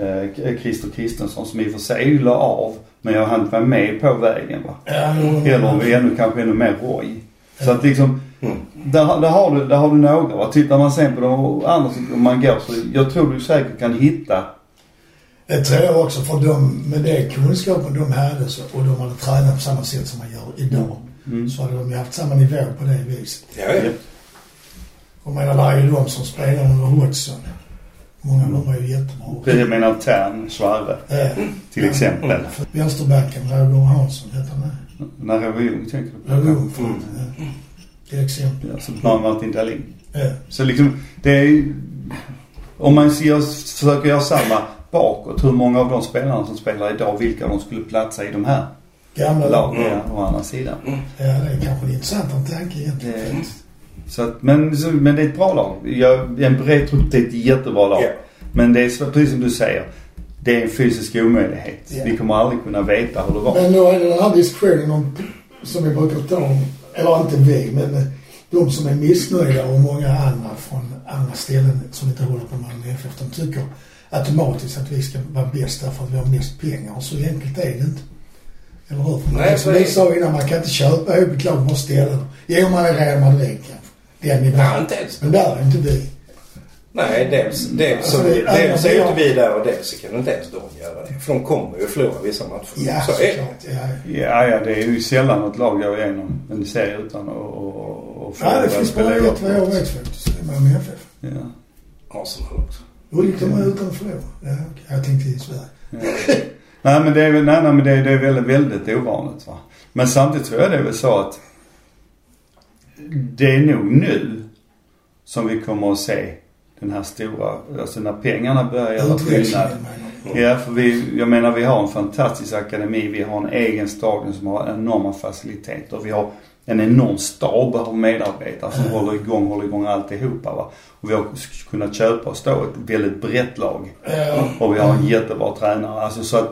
Speaker 3: eh, Christer Kristensson som i och för sig la av, men jag hann inte vara med på vägen va.
Speaker 1: ja. eh,
Speaker 3: Eller om vi ännu, kanske ännu mer Roy. Så att liksom,
Speaker 2: Mm.
Speaker 3: där, där, har du, där har du några va. Tittar man sen på de andra som om man går så, jag tror du säkert kan hitta.
Speaker 1: Det tror jag också, för de, med den kunskapen de hade så, och de hade tränat på samma sätt som man gör idag,
Speaker 3: Mm.
Speaker 1: så hade de ju haft samma nivå på det viset.
Speaker 2: Ja, ja.
Speaker 1: Och menar, det är ju de som spelar under Hodgson. Många av dem var ju jättebra.
Speaker 3: Jag menar Tern, Sverre
Speaker 1: Ja.
Speaker 3: till exempel.
Speaker 1: Vänsterbacken Roger Hansson hette han eh,
Speaker 3: När jag var ung tänker du på.
Speaker 1: Roger mm. Till exempel. Eh,
Speaker 3: Ja, så bland Martin Dahlin.
Speaker 1: Ja.
Speaker 3: Så liksom, det är ju- Om man ser, försöker göra samma bakåt, hur många av de spelarna som spelar idag, vilka de skulle platsa i de här
Speaker 1: Gamla lag.
Speaker 3: lagen å andra sidan.
Speaker 1: Ja, det är kanske en intressantare tanke
Speaker 3: Det
Speaker 1: egentligen.
Speaker 3: är, så att, men, så- men det är ett bra lag. Jag, en bred trupp, det är ett jättebra lag.
Speaker 2: Ja.
Speaker 3: Men det är så- precis som du säger, det är en fysisk omöjlighet.
Speaker 1: Ja.
Speaker 3: Vi kommer aldrig kunna veta hur det var.
Speaker 1: Men nu är det den här diskussionen om, som vi brukar ta om, eller inte vi, men eh, de som är missnöjda och många andra från andra ställen som inte håller på Malmö FF, de tycker automatiskt att vi ska vara bäst därför att vi har mest pengar. Och så enkelt är det inte. Eller hur? För
Speaker 2: Nej,
Speaker 1: Nej, som
Speaker 2: för-
Speaker 1: vi sa innan, man kan inte köpa ihop ett lag på ställen. Ger man är Real Madrid kanske. Den
Speaker 2: Nej,
Speaker 1: nivån.
Speaker 2: inte ens.
Speaker 1: Men där är inte vi.
Speaker 2: Nej, dels, dels,
Speaker 1: Alltså, det är-
Speaker 2: dels är ju inte vi där och dels kan inte ens de göra det. För de kommer ju att förlora vissa matcher.
Speaker 1: Ja,
Speaker 2: så är det.
Speaker 1: såklart. Ja, ja.
Speaker 3: Ja, ja, det är ju sällan något lag går igenom en serie utan att och, och
Speaker 1: Ja, det finns bara ett vad jag vet faktiskt. Det är Malmö FF.
Speaker 3: Ja,
Speaker 2: Arsenal också.
Speaker 1: Jo, det kommer utan att förlora. Ja, okej. Jag tänkte i Sverige.
Speaker 3: ja. Eh, nej, men det är, väl- nej, nej, men det är, det är väldigt, väldigt ovanligt va. Men samtidigt tror jag det är väl så att det är nog nu som vi kommer att se den här stora, alltså när pengarna börjar göra skillnad.
Speaker 1: Utväxlingen menar jag.
Speaker 3: Ja, för vi, jag menar vi har en fantastisk akademi. Vi har en egen stadion som har enorma faciliteter. Vi har en enorm stab av medarbetare som håller igång, håller igång alltihopa va. Och vi har sk- kunnat köpa oss då ett väldigt brett lag.
Speaker 1: Ja.
Speaker 3: Och vi har en jättebra tränare. Alltså så att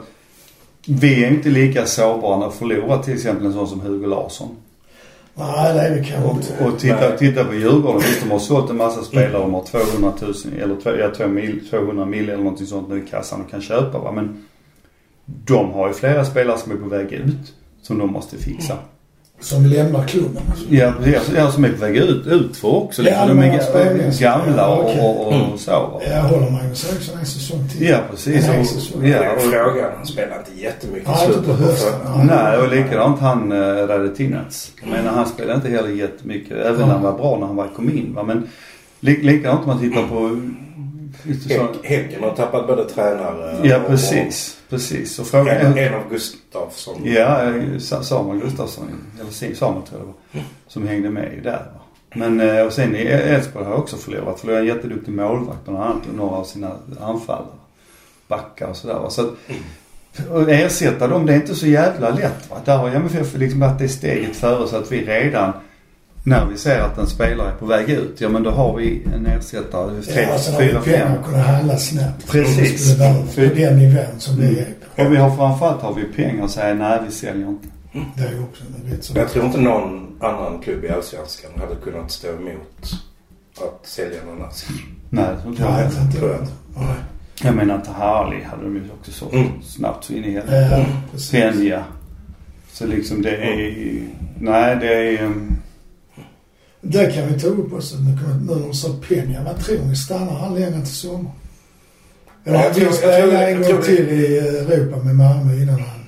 Speaker 3: vi är inte lika sårbara när vi förlorar till exempel en sån som Hugo Larsson.
Speaker 1: Nej, det är vi kanske inte.
Speaker 3: Och, och titta, titta på Djurgården. Visst, de har sålt en massa spelare. De har 200 000, eller två- ja, två mil, 200 mil eller någonting sånt nu i kassan och kan köpa va. Men de har ju flera spelare som är på väg ut. Som de måste fixa.
Speaker 1: Mm. Som lämnar klubben. alltså.
Speaker 3: Ja, precis. Ja, som är på väg ut, ut för också.
Speaker 1: Ja,
Speaker 3: Liksom.
Speaker 1: de
Speaker 3: De
Speaker 1: har
Speaker 3: är
Speaker 1: spelare.
Speaker 3: gamla och,
Speaker 1: Okej. Mm.
Speaker 3: och, och, och så va.
Speaker 1: Jag håller Magnus Eriksson en säsong till.
Speaker 3: Ja, precis.
Speaker 1: Nej, så-
Speaker 3: Och,
Speaker 1: så-
Speaker 2: Det
Speaker 3: ja,
Speaker 2: är
Speaker 3: och,
Speaker 2: frågan. Han spelar inte jättemycket
Speaker 1: Nej, inte på hösten.
Speaker 2: förra.
Speaker 1: Ja.
Speaker 3: Nej, och likadant han eh, Radetinac. Men han spelade inte heller jättemycket. Även när han var bra när han var, kom in va. Men li, likadant om man tittar på... just så-
Speaker 2: Häck- Häcken har tappat både tränare
Speaker 3: Ja,
Speaker 2: och-
Speaker 3: precis. Precis. Och
Speaker 2: och
Speaker 3: frågan
Speaker 2: En,
Speaker 3: är...
Speaker 2: en av Gustafsson.
Speaker 3: Ja, eh, Sa- Samuel Gustafsson, eller Sim- Samuel tror jag det var, som hängde med ju där. va. Men eh, och sen i Elfsborg har också förlorat. Förlorat en jätteduktig målvakt bland annat och några av sina anfallare. Backar och sådär va. Så att, och ersätta dem, det är inte så jävla lätt va. Där har MFF liksom varit det steget före så att vi redan när vi ser att en spelare är på väg ut, ja men då har vi en ersättare, tre,
Speaker 1: Ja, sen har
Speaker 3: fyra,
Speaker 1: vi
Speaker 3: fem.
Speaker 1: pengar att kunna handla snabbt.
Speaker 3: Precis. Mm.
Speaker 1: Det var på den nivån som vi är på.
Speaker 3: Och vi har framförallt har vi pengar att säga nej vi säljer inte.
Speaker 1: Det är ju också en rätt så...
Speaker 2: Jag tror inte någon annan klubb i Allsvenskan hade kunnat stå emot att sälja någon Asik.
Speaker 3: Nej, det tror inte jag
Speaker 1: Nej, jag
Speaker 3: heller.
Speaker 1: tror inte
Speaker 2: Tror jag
Speaker 1: det.
Speaker 2: inte.
Speaker 1: Nej.
Speaker 3: Jag menar Tahali hade de ju också sålt
Speaker 2: Mm.
Speaker 3: snabbt så in i helvete.
Speaker 1: Eh, precis.
Speaker 3: Senja. Så liksom det är... Nej, det är... um,
Speaker 1: Det kan vi ta upp också. Nu kommer- nu när de sa pengar. Vad tror ni? Stannar han längre till sommar? Eller
Speaker 2: Jag
Speaker 1: han vill
Speaker 2: tror- jag tror-
Speaker 1: spela
Speaker 2: jag
Speaker 1: en
Speaker 2: tror
Speaker 1: gång
Speaker 2: det.
Speaker 1: till i eh, Europa med Malmö innan han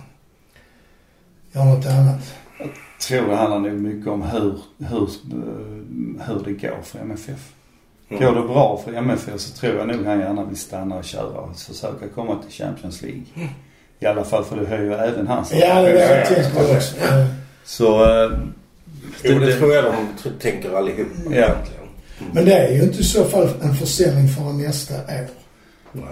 Speaker 1: gör något annat.
Speaker 3: Jag tror det handlar nog mycket om hur, hur, eh, hur det går för MFF.
Speaker 2: Mm.
Speaker 3: Går det bra för MFF så tror jag nog han gärna vill stanna och köra och försöka komma till Champions
Speaker 2: Mm.
Speaker 3: League. I alla fall för det höjer även hans
Speaker 1: Ja, det är det jag
Speaker 2: Ja, ja,
Speaker 1: tänkt på
Speaker 2: ja.
Speaker 1: också. Eh,
Speaker 3: Så... eh,
Speaker 2: Jo, det tror jag de t- tänker allihopa
Speaker 3: Ja.
Speaker 2: egentligen.
Speaker 1: Mm.
Speaker 2: Mm.
Speaker 1: Men det är ju inte i så fall en försäljning förrän nästa år.
Speaker 2: Nej.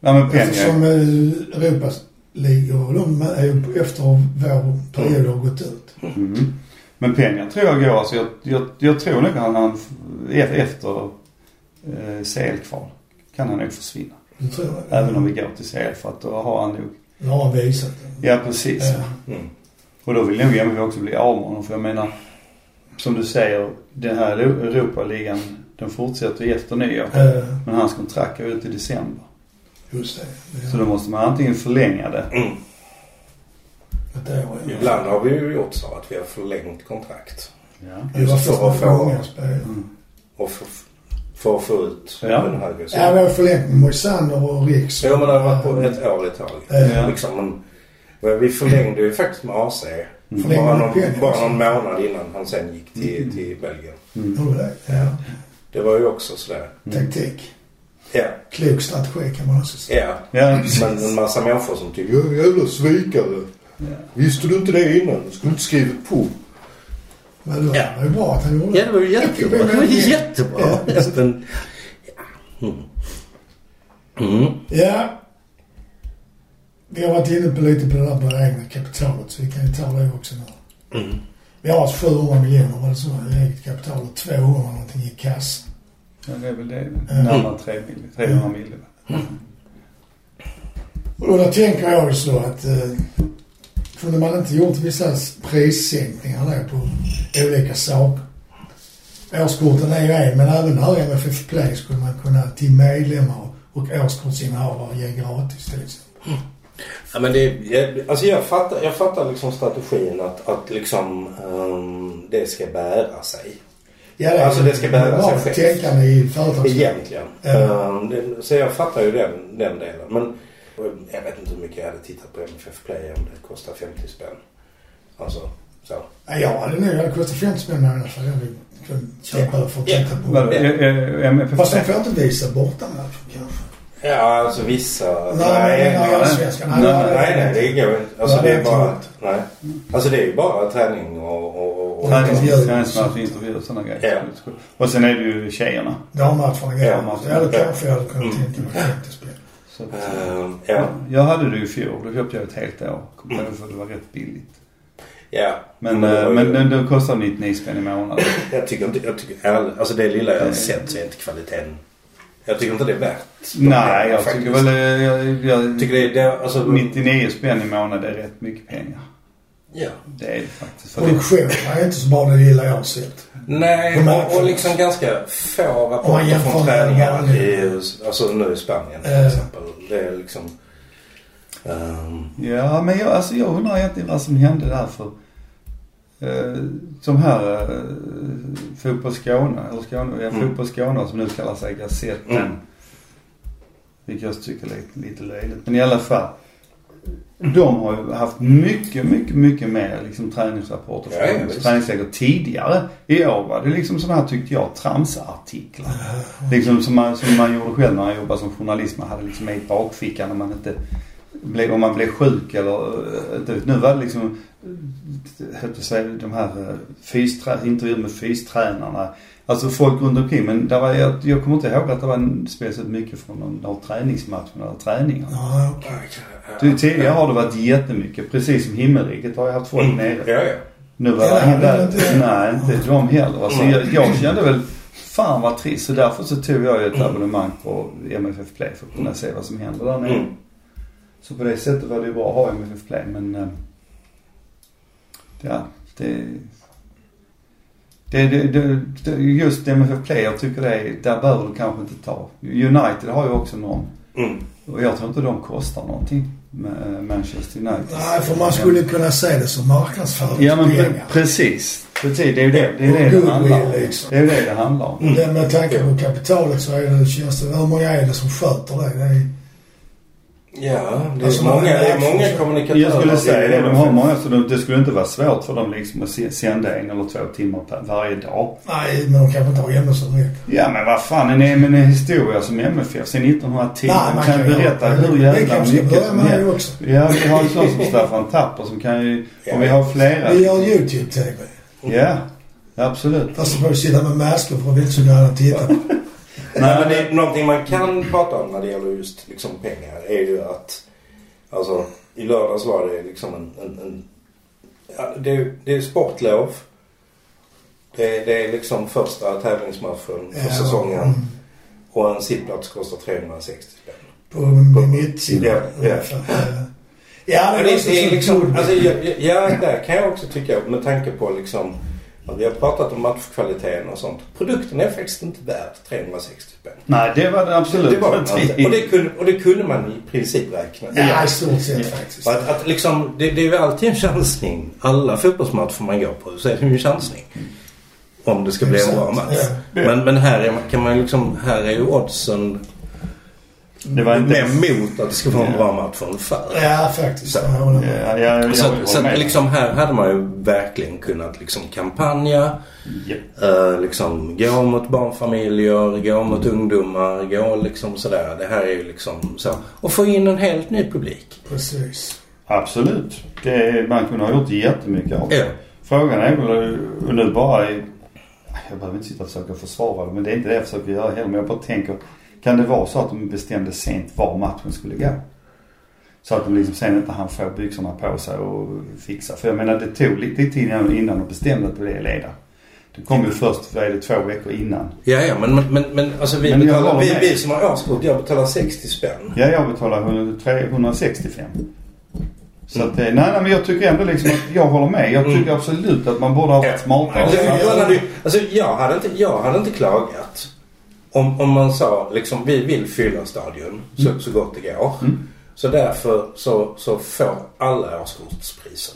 Speaker 3: Nej men pengar.
Speaker 1: Eftersom eh, Europas ligor och de är ju efter vår period har gått ut.
Speaker 3: Mm. Men pengar tror jag går. Alltså jag, jag, jag tror nog han, han e- efter eh, CL-kval kan han nog försvinna.
Speaker 1: Det tror jag.
Speaker 3: Även om vi går till CL för att då har han nog.
Speaker 1: Nu har han visat det.
Speaker 3: Ja precis.
Speaker 1: Eh,
Speaker 2: Mm.
Speaker 3: Och då vill nog MFF också bli av med honom. För jag menar, som du säger, den här Euro- Europaligan den fortsätter ju efter nyår.
Speaker 1: eh,
Speaker 3: Men hans kontrakt går ut i december.
Speaker 1: Just det.
Speaker 3: Så då måste man antingen förlänga det.
Speaker 2: Mm.
Speaker 1: Ett år, ja.
Speaker 2: Ibland har vi ju gjort så att vi har förlängt kontrakt.
Speaker 3: Ja.
Speaker 1: Det var första gången jag spelade.
Speaker 3: Mm.
Speaker 2: Och för, för att få ut
Speaker 3: Ja.
Speaker 2: den högre
Speaker 1: Ja,
Speaker 2: summan.
Speaker 1: vi har förlängt med Moisander och Riks.
Speaker 2: Jo, men det har varit på ett år i taget.
Speaker 1: Ja.
Speaker 2: Liksom, men- men vi förlängde ju faktiskt med AC.
Speaker 1: Förlängde
Speaker 2: Bara
Speaker 1: med
Speaker 2: någon,
Speaker 1: pengar
Speaker 2: bara
Speaker 1: också. Mm.
Speaker 2: någon månad innan han sen gick till, till Belgien.
Speaker 1: Gjorde det?
Speaker 2: Mm.
Speaker 1: Ja.
Speaker 2: Det var ju också sådär.
Speaker 1: Taktik.
Speaker 2: Ja,
Speaker 1: Klok strategi kan man också säga.
Speaker 2: ja.
Speaker 3: Ja,
Speaker 2: Men en massa människor som tycker jag är jävla svikare. Visste du inte det innan? Du skulle inte skrivit på.
Speaker 1: Men det var
Speaker 2: Ja.
Speaker 1: det var bra att han gjorde
Speaker 2: Ja, det var ju jättebra. Det var ju jättebra. Men, ja. Mm. Mm.
Speaker 1: Ja. Vi har varit inne på lite på det där med det egna kapitalet så vi kan ju ta det också nu.
Speaker 2: Mm.
Speaker 1: Vi har 700 miljoner var det så? I eget kapital och 200 någonting i kass.
Speaker 3: Ja, det är väl det. Närmare 3 mil, 300 mil.
Speaker 1: Och då, då tänker jag ju så att eh, kunde man inte gjort vissa prissänkningar där på olika saker? Årskorten är ju en, men även här i MFF Play skulle man kunna till medlemmar och årskortsinnehavare ge gratis till exempel.
Speaker 2: Ja, men det, jag, alltså jag, fattar, jag fattar liksom strategin att, att liksom, ehm, det ska bära sig.
Speaker 1: Ja,
Speaker 2: Alltså, det ska bära sig
Speaker 1: normalt
Speaker 2: själv.
Speaker 1: tänkande i företagsvärlden.
Speaker 2: Egentligen.
Speaker 1: Ja.
Speaker 2: Ehm, det, så jag fattar ju den, den delen. Men jag vet inte hur mycket jag hade tittat på MFF Play om det kostar 50 spänn. Alltså, så.
Speaker 1: Ja, jag hade nog, det kostar 50 spänn i alla fall. Jag hade kunnat köpa för att
Speaker 2: Ja.
Speaker 1: titta på.
Speaker 3: Vadå? Eh, eh, MFF?
Speaker 1: Fast de får inte visa bortamatcher kanske.
Speaker 2: Ja, alltså
Speaker 1: Nej,
Speaker 2: vissa...
Speaker 1: nej, nej,
Speaker 2: nej.
Speaker 1: allsvenskan.
Speaker 3: Nej, nej,
Speaker 2: Nej, nej, det går inte. Alltså
Speaker 1: Ja,
Speaker 2: det
Speaker 1: det
Speaker 2: är bara...
Speaker 1: tror
Speaker 2: Nej. Alltså det är ju bara träning och... och, och, och
Speaker 1: Intervjuer.
Speaker 3: Tränings- Träningsmatch, intervjuer, sådana grejer. Och sen är det ju tjejerna.
Speaker 1: Dammatcherna går
Speaker 2: Ja,
Speaker 1: ja,
Speaker 3: matcherna.
Speaker 1: ja, då
Speaker 2: Ja.
Speaker 1: kanske jag hade kunnat
Speaker 2: Mm.
Speaker 1: tänka mig 50 spänn.
Speaker 3: Så att,
Speaker 2: Ehm, ja,
Speaker 3: Jag hade det ju i fjol. Då köpte jag ett helt år. Kommer jag ihåg, för det var rätt billigt.
Speaker 2: ja.
Speaker 3: Men,
Speaker 2: det var
Speaker 3: eh,
Speaker 2: ju-
Speaker 3: men den, den kostar 99 spänn i månaden.
Speaker 2: Jag tycker inte... Jag tycker, ärligt, alltså det lilla
Speaker 3: Mm.
Speaker 2: jag har sett så är inte kvaliteten... Jag tycker inte det är värt.
Speaker 3: Nej, jag tycker
Speaker 2: Faktiskt.
Speaker 3: väl... eh, Jag, jag,
Speaker 2: Tycker det är... Det, är- alltså,
Speaker 3: 99 spänn i månaden är rätt mycket pengar.
Speaker 2: Ja.
Speaker 3: Det är det faktiskt. För det,
Speaker 1: Produktionen är inte så bra det lilla jag har sett.
Speaker 2: Nej, och, och liksom ganska få
Speaker 1: Om man
Speaker 2: rapporter
Speaker 1: jämför
Speaker 2: från
Speaker 1: med
Speaker 2: träningar
Speaker 1: Gallen.
Speaker 2: i, alltså nu i Spanien till
Speaker 1: Eh.
Speaker 2: exempel. Det är liksom... ehm,
Speaker 3: ja, men jag, alltså, jag undrar egentligen vad som hände där för... Eh, de här eh, Fotboll Skåne, eller Skåne, ja,
Speaker 2: Mm.
Speaker 3: Fotboll Skåne som nu kallar sig Gazetten.
Speaker 2: Mm.
Speaker 3: Vilket jag tycker är lite, lite löjligt. Men i alla fall. De har ju haft mycket, mycket, mycket mer liksom träningsrapporter
Speaker 2: Ja, ja,
Speaker 3: från
Speaker 2: visst.
Speaker 3: träningsläger tidigare. I år var det liksom sådana här, tyckte jag, tramsartiklar. Liksom som man, som man gjorde själv när man jobbade som journalist. Man hade liksom med i bakfickan om man inte blev, om man blev sjuk eller eh, inte. Nu var det liksom, eh, höll på att säga, de här eh, fysträ, intervjuer med fystränarna. Alltså folk runt omkring. Men där var, jag, jag kommer inte ihåg att det var speciellt mycket från de där träningsmatcherna eller träningarna.
Speaker 1: Ja, okej.
Speaker 3: Du, tidigare har det varit jättemycket. Precis som himmelriket har jag haft folk nere.
Speaker 2: Mm. Ja, ja.
Speaker 3: Nu var
Speaker 1: Ja,
Speaker 3: det
Speaker 1: men
Speaker 3: inte,
Speaker 1: inte-
Speaker 3: nej inte de heller. Alltså,
Speaker 2: Nej.
Speaker 3: jag, jag kände väl, fan vad trist. Så därför så tog jag ju
Speaker 1: Mm.
Speaker 3: ett abonnemang på MFF Play för att kunna se vad som händer där nere.
Speaker 2: Mm.
Speaker 3: Så på det sättet var det ju bra att ha MFF Play men... eh, Ja, det... Det, det, det, det just MFF Play, jag tycker det är, där behöver du kanske inte ta. United har ju också någon.
Speaker 2: Mm.
Speaker 3: Och jag tror inte de kostar någonting. Ma- Manchester United.
Speaker 1: Nej, för man skulle kunna se det som
Speaker 3: Ja men pre-
Speaker 1: marknadsföringspengar.
Speaker 3: precis. Precis, det är ju det det, är det, det
Speaker 1: Goodwill,
Speaker 3: handlar om.
Speaker 1: liksom. Mm.
Speaker 3: Det är ju det det handlar om.
Speaker 2: Mm.
Speaker 1: Men det- Med tanke på kapitalet så är det, känns det, hur många är det som sköter det? det är,
Speaker 2: Ja, det är
Speaker 1: Alltså,
Speaker 2: många, det är
Speaker 1: man-
Speaker 2: många kommunikatörer.
Speaker 3: liksom Jag skulle säga det. De har
Speaker 2: Mm.
Speaker 3: många så de- det skulle inte vara svårt för dem liksom att se- sända en eller två timmar per, varje dag.
Speaker 1: nej, men de kanske inte har ämnen som räcker.
Speaker 3: Ja men vad fan, en, en historia som MFF sen 1910.
Speaker 1: Nej,
Speaker 3: de
Speaker 1: man
Speaker 3: kan
Speaker 1: kan ju-
Speaker 3: berätta hur
Speaker 1: Det
Speaker 3: jävla
Speaker 1: kanske ska
Speaker 3: mycket
Speaker 1: börja
Speaker 3: som
Speaker 1: med det
Speaker 3: helst.
Speaker 1: också.
Speaker 3: Ja, vi har en sån som Staffan Tapper som kan ju, och vi har flera.
Speaker 1: Vi gör YouTube-TV.
Speaker 3: Ja, absolut.
Speaker 1: Fast så får vi sitta med masker för att vi inte så gärna titta på.
Speaker 2: Nej, men det är någonting man kan prata om när det gäller just liksom pengar är ju att alltså i lördags var det liksom en, en, en ja, det, är- det är sportlov. Det, är- det är liksom första tävlingsmatchen för
Speaker 1: Ja,
Speaker 2: säsongen
Speaker 1: mm.
Speaker 2: och en sittplats kostar 360 spänn.
Speaker 1: På mitt
Speaker 2: Ja,
Speaker 1: sida.
Speaker 2: ja.
Speaker 1: eh, Ja, det
Speaker 2: Ja,
Speaker 1: är
Speaker 2: det,
Speaker 1: också
Speaker 2: det är
Speaker 1: så
Speaker 2: liksom,
Speaker 1: kul.
Speaker 2: alltså, ja, ja, ja, där kan jag också tycka med tanke på liksom att vi har pratat om matchkvaliteten och sånt. Produkten är faktiskt inte värd 360 spänn.
Speaker 3: Nej, det var det absolut.
Speaker 2: Det var den inte. och det, kunde, och det kunde man i princip räkna ut.
Speaker 1: Ja, i stort sett faktiskt.
Speaker 2: För Att, att liksom, det, det är ju alltid en chansning. Alla fotbollsmatcher man går på så är det ju en chansning. Om det ska bli en bra
Speaker 1: Exakt,
Speaker 2: match.
Speaker 1: ja.
Speaker 2: Men, men här, är, kan man ju liksom, här är ju oddsen
Speaker 3: Det var inte...
Speaker 2: mer mot att det ska vara en bra match än för.
Speaker 1: Ja, faktiskt.
Speaker 2: Så.
Speaker 1: Jag håller med.
Speaker 3: Ja, ja, jag
Speaker 2: Så,
Speaker 3: håller
Speaker 2: så
Speaker 3: med.
Speaker 2: liksom här hade man ju verkligen kunnat liksom kampanja.
Speaker 3: Ja.
Speaker 2: Eh, liksom gå mot barnfamiljer, gå mot ungdomar, gå liksom sådär. Det här är ju liksom så. Och få in en helt ny publik.
Speaker 1: Precis.
Speaker 3: Absolut. Det, är- man kunde ha gjort jättemycket av det.
Speaker 2: Ja.
Speaker 3: Frågan är väl och nu bara i, Jag behöver inte sitta och försöka försvara det men det är inte det jag försöker göra heller. Men jag bara tänker. Kan det vara så att de bestämde sent var matchen skulle gå? Så att de liksom sen inte hann få byxorna på sig och fixa. För jag menar det tog lite tid innan, innan de bestämde att det blev leda. Det kom ju först, vad är det, två veckor innan.
Speaker 2: Ja, ja, men, men, men alltså vi,
Speaker 3: Men jag
Speaker 2: betalar,
Speaker 3: håller
Speaker 2: vi,
Speaker 3: med.
Speaker 2: vi som har årskort, jag betalar 60 spänn.
Speaker 3: Ja, jag betalar 103 165. Så att, eh, nej, nej, men jag tycker ändå liksom att jag håller med. Jag
Speaker 2: Mm.
Speaker 3: tycker absolut att man borde ha varit smartare.
Speaker 2: Alltså, jag, hade, ju- alltså, jag, hade inte, jag hade inte klagat
Speaker 3: Mm.
Speaker 2: om, om man sa liksom vi vill fylla stadion så, så gott det går. Så därför så, så får alla årskortspriser.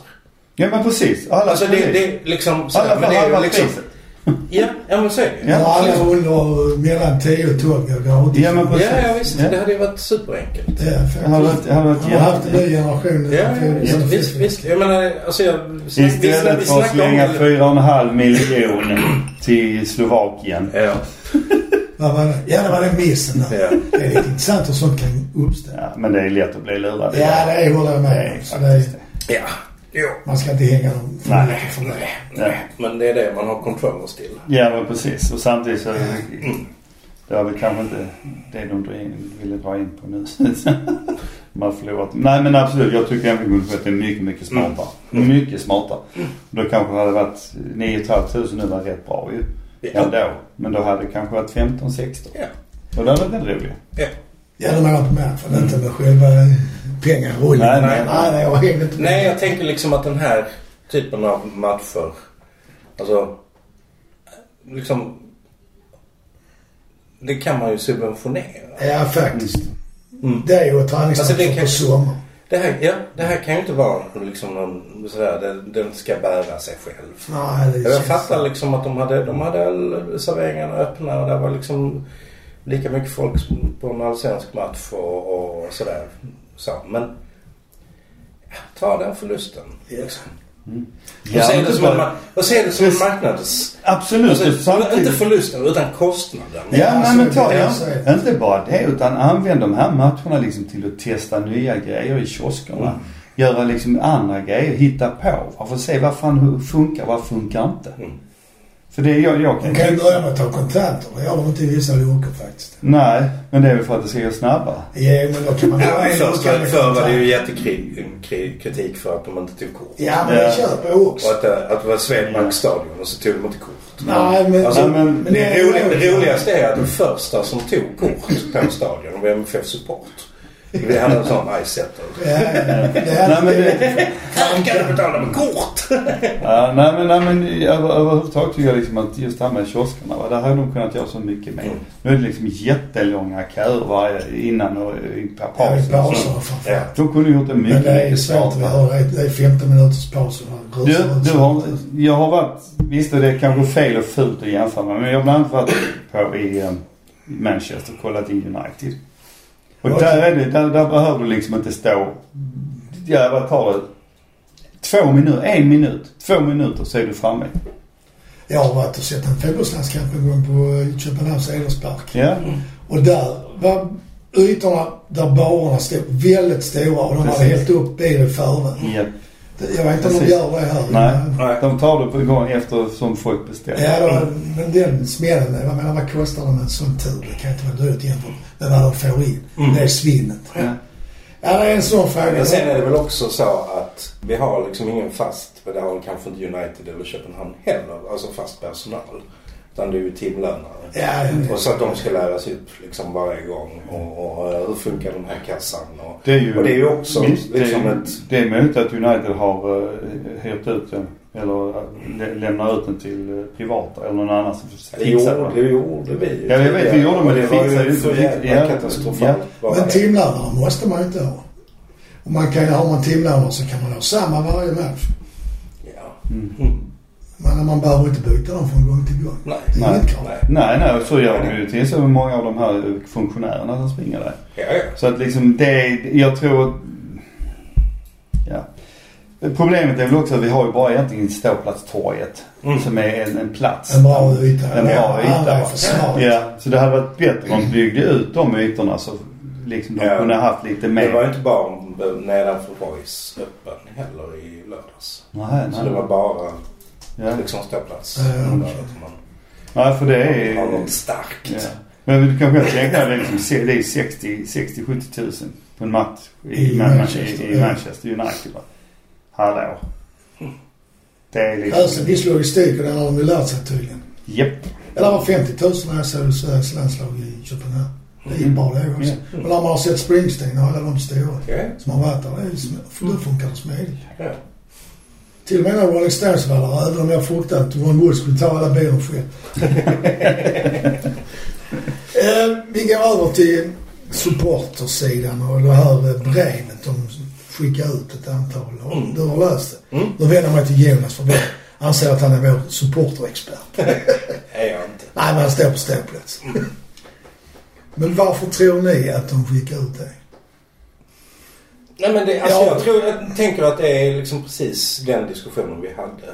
Speaker 3: Ja men precis. Alla,
Speaker 2: Alltså det,
Speaker 3: precis.
Speaker 2: det är liksom... så här,
Speaker 3: alla får
Speaker 2: men det är ju
Speaker 3: halva
Speaker 2: liksom,
Speaker 3: priset.
Speaker 2: Ja, ja men så är det ju.
Speaker 1: Ja,
Speaker 3: Ja,
Speaker 1: alla under mellan 10 och 12 går gratis.
Speaker 3: Ja, men precis.
Speaker 2: Ja, ja visst.
Speaker 3: Ja.
Speaker 2: Det hade ju varit superenkelt.
Speaker 1: Ja, faktiskt.
Speaker 3: Han har varit- han har varit jätte-
Speaker 1: haft en ny generation.
Speaker 2: Ja, ja, visst,
Speaker 1: som-
Speaker 2: visst, visst. Jag menar, alltså jag... vi snack- vi
Speaker 3: Istället för att
Speaker 2: snackar om-
Speaker 3: slänga 4,5 miljon till Slovakien.
Speaker 2: Ja,
Speaker 1: Vad var det? Ja, det var den missen där.
Speaker 2: ja.
Speaker 1: Det är lite intressant hur sånt kan uppstå.
Speaker 3: Ja, men det är lätt att bli lurad.
Speaker 1: Ja, det är, håller jag med om.
Speaker 3: Nej,
Speaker 1: Så det är-
Speaker 2: Ja. Jo.
Speaker 1: Man ska inte hänga dem för
Speaker 3: Nej.
Speaker 1: mycket för det.
Speaker 3: Ja.
Speaker 2: Men det är det man har kontroller till.
Speaker 3: Ja, men precis. Och samtidigt så...
Speaker 2: Mm.
Speaker 3: Det var väl kanske inte det de drar in, ville dra in på nu. Man har förlorat. Nej men absolut. Jag tycker även Gunde Sjöstedt är mycket, mycket smartare.
Speaker 2: Mm.
Speaker 3: Mycket smartare. Då kanske det hade varit 9 500 nu var rätt bra ju.
Speaker 2: Ja.
Speaker 3: Ändå. Men då hade det kanske varit 15 16
Speaker 2: Ja.
Speaker 3: Och då hade det varit roligt.
Speaker 1: Ja, de har på matchen. Inte med själva pengarullen.
Speaker 3: Nej, nej.
Speaker 1: nej, nej, jag hängde inte med.
Speaker 2: Nej, jag tänker liksom att den här typen av matcher. Alltså, liksom. Det kan man ju subventionera.
Speaker 1: Ja, faktiskt.
Speaker 2: Mm.
Speaker 1: Det är ju ett träningsmatch
Speaker 2: Alltså, det
Speaker 1: på
Speaker 2: kan-
Speaker 1: sommar.
Speaker 2: Det här, ja, det här kan ju inte vara liksom någon sådär, den, den ska bära sig själv.
Speaker 1: Nej, det
Speaker 2: Jag
Speaker 1: känns-
Speaker 2: fattar liksom att de hade, de hade all- serveringarna öppna och det var liksom lika mycket folk som på en allsvensk match och, och sådär. Så, men ja, ta den förlusten. Liksom. Och se det som en, ma- och se det som en marknads...
Speaker 3: Absolut. och
Speaker 2: Alltså, inte
Speaker 3: samtidigt-
Speaker 2: förlusten utan kostnaden.
Speaker 3: Ja,
Speaker 1: Ja,
Speaker 3: nej, men
Speaker 1: så är
Speaker 3: ta,
Speaker 1: det.
Speaker 3: ja,
Speaker 1: Så är det.
Speaker 3: inte bara det utan använd de här matcherna liksom till att testa nya grejer i kioskerna.
Speaker 2: Mm.
Speaker 3: Göra liksom andra grejer, hitta på. Man får se vad fan hur funkar, vad funkar inte.
Speaker 2: Mm.
Speaker 3: För det är jag, jag
Speaker 1: De
Speaker 3: kan
Speaker 1: kan ju börja med att ta kontanter. Det gör de inte i vissa loker faktiskt.
Speaker 3: Nej, men det är väl för att det ska gå snabbare.
Speaker 1: Ja, men då kan man...
Speaker 2: Ja, först
Speaker 1: kan man-
Speaker 2: förr var det ju jättekritik för att de inte tog kort.
Speaker 1: Ja, men det
Speaker 3: Ja.
Speaker 1: köper jag också.
Speaker 2: Och att, det- att det var
Speaker 3: Ja.
Speaker 2: Swedbank stadion och så tog de inte kort.
Speaker 1: Nej, men...
Speaker 2: Alltså,
Speaker 3: men-
Speaker 1: men
Speaker 2: Det,
Speaker 1: är
Speaker 2: roliga, det
Speaker 1: roligt.
Speaker 2: roligaste är att den första som tog kort på stadion var MFF Support. Vi hade en sån iSetter.
Speaker 1: Ja, ja, ja. det
Speaker 3: Nej,
Speaker 1: är
Speaker 3: men det,
Speaker 2: Här kan du betala med kort!
Speaker 3: ja, nej, men, nej, men över, överhuvudtaget tycker jag liksom att just det här med kioskerna, va, där hade de kunnat göra så mycket mer.
Speaker 2: Mm.
Speaker 3: Nu är det liksom jättelånga köer varje, innan och i
Speaker 1: pauser.
Speaker 3: pausen.
Speaker 1: Pauser framför
Speaker 2: Ja.
Speaker 1: allt.
Speaker 3: De kunde gjort det
Speaker 1: Men
Speaker 3: mycket,
Speaker 1: det är
Speaker 3: mycket
Speaker 1: svårt att
Speaker 3: smartare.
Speaker 1: höra. Det är 15 minuters paus. och man rör sig
Speaker 3: Du,
Speaker 1: runt.
Speaker 3: du har, jag har varit, visst är det kanske fel och fult att jämföra med, men jag har bland annat varit på i eh, Manchester och kollat in United. Och
Speaker 1: Okej.
Speaker 3: där är det, där, där behöver du liksom inte stå, ja vad tar det? Två minuter, en minut, två minuter så är du framme.
Speaker 1: Jag har varit och sett en fotbollslandskamp en gång på eh, Köpenhamns Elfspark.
Speaker 3: Ja,
Speaker 1: Och där var ytorna där barerna stod väldigt stora och de hade
Speaker 3: Precis.
Speaker 1: hällt upp bilen före.
Speaker 3: ja.
Speaker 1: Det- Jag vet inte om de
Speaker 3: Precis.
Speaker 1: gör det här.
Speaker 3: Nej.
Speaker 2: Nej.
Speaker 3: De tar det på gång efter som folk beställer.
Speaker 1: Ja, det var, men den smällen, jag menar vad kostar de en sån tur? Det kan inte vara dyrt jämfört med vad de får in. Det är svinnet.
Speaker 3: Mm. Ja.
Speaker 1: Ja, det är en sån fråga.
Speaker 2: Men sen är det väl också så att vi har liksom ingen fast, men det har kanske inte United eller Köpenhamn heller, alltså fast personal. Utan det är ju timlönare.
Speaker 1: Ja, ja.
Speaker 2: Och så att de ska lära sig upp liksom varje gång och, och eh, hur funkar den här kassan och...
Speaker 3: Det är ju,
Speaker 2: Och det är ju också
Speaker 3: Visst, det, är,
Speaker 2: liksom
Speaker 3: ju-
Speaker 2: ett-
Speaker 3: det är möjligt att United har uh, hyrt ut den. Eller eh, lä- lämnar ut den till eh, privata eller någon annan som
Speaker 2: Jo,
Speaker 3: fixar den.
Speaker 2: det gjorde vi ju.
Speaker 3: Ja, jag vet, vi gjorde det, men
Speaker 2: Och
Speaker 3: det
Speaker 2: var
Speaker 3: fixade
Speaker 2: ju
Speaker 3: ju inte
Speaker 2: för
Speaker 3: riktigt.
Speaker 2: jävla
Speaker 3: Ja.
Speaker 2: katastrofalt. bara
Speaker 1: Men
Speaker 2: det.
Speaker 1: timlärare måste man ju inte ha. Och man kan, har man timlärare så kan man ha samma varje match.
Speaker 2: Ja.
Speaker 3: Mm.
Speaker 2: Mm.
Speaker 1: Men man behöver inte byta dem från gång till gång.
Speaker 2: Nej.
Speaker 1: Det är
Speaker 3: Nej.
Speaker 1: inget krav.
Speaker 2: Nej.
Speaker 3: Nej, nej, så gör de ju till så med många av de här eh, funktionärerna som springer där.
Speaker 2: Ja, ja.
Speaker 3: Så att liksom det, jag tror att, ja. Problemet är väl också att vi har ju bara egentligen Ståplatstorget
Speaker 2: Mm.
Speaker 3: som är en, en plats.
Speaker 1: En bra yta.
Speaker 3: En bra
Speaker 1: Ja,
Speaker 3: yta.
Speaker 1: Andra är för smart.
Speaker 3: Ja, så det hade varit bättre om de byggde ut de ytorna så liksom de
Speaker 2: Ja.
Speaker 3: kunde haft lite mer.
Speaker 2: Det var inte bara nedanför Boys öppen heller i lördags.
Speaker 3: Nej,
Speaker 2: Så
Speaker 3: nej.
Speaker 2: det var bara
Speaker 3: Ja.
Speaker 2: liksom ståplats.
Speaker 1: Ja, ja.
Speaker 2: Mm. Att man
Speaker 3: Nej, för det
Speaker 2: har
Speaker 3: är...
Speaker 2: något starkt.
Speaker 3: Ja. Men du kanske inte räknar det är liksom, se- det är 60-70 000 på en match i,
Speaker 1: I
Speaker 3: i,
Speaker 1: Manchester,
Speaker 3: Manchester, i, i
Speaker 1: ja.
Speaker 3: Manchester United. Va? Hallå. Det är
Speaker 1: Alltså,
Speaker 3: liksom...
Speaker 1: viss logistik och den har de ju lärt sig tydligen.
Speaker 3: Japp.
Speaker 1: Eller var 50 000 när jag såg Sveriges landslag i Köpenhamn. Det
Speaker 2: Mm.
Speaker 1: gick bra det också. Och när man har sett Springsteen och alla de stora
Speaker 2: Ja,
Speaker 1: som har varit där, det är ju sm- för då funkar det smidigt.
Speaker 2: ja.
Speaker 1: Till och med när Rolling Stones var där, även om jag fruktade att Ron Wood skulle ta alla bilen själv. eh, vi går över till supportersidan och det här brevet de skickade ut ett antal. Och
Speaker 2: Mm.
Speaker 1: Du har läst det.
Speaker 2: Mm.
Speaker 1: Då vänder jag mig till Jonas för vår. Han säger att han är vår supporterexpert.
Speaker 2: är jag inte.
Speaker 1: Nej, men han står på ståplats.
Speaker 2: Mm.
Speaker 1: Men varför tror ni att de skickar ut det?
Speaker 2: Nej men det, alltså
Speaker 1: Ja.
Speaker 2: jag, tror, jag tänker att det är liksom precis den diskussionen vi hade.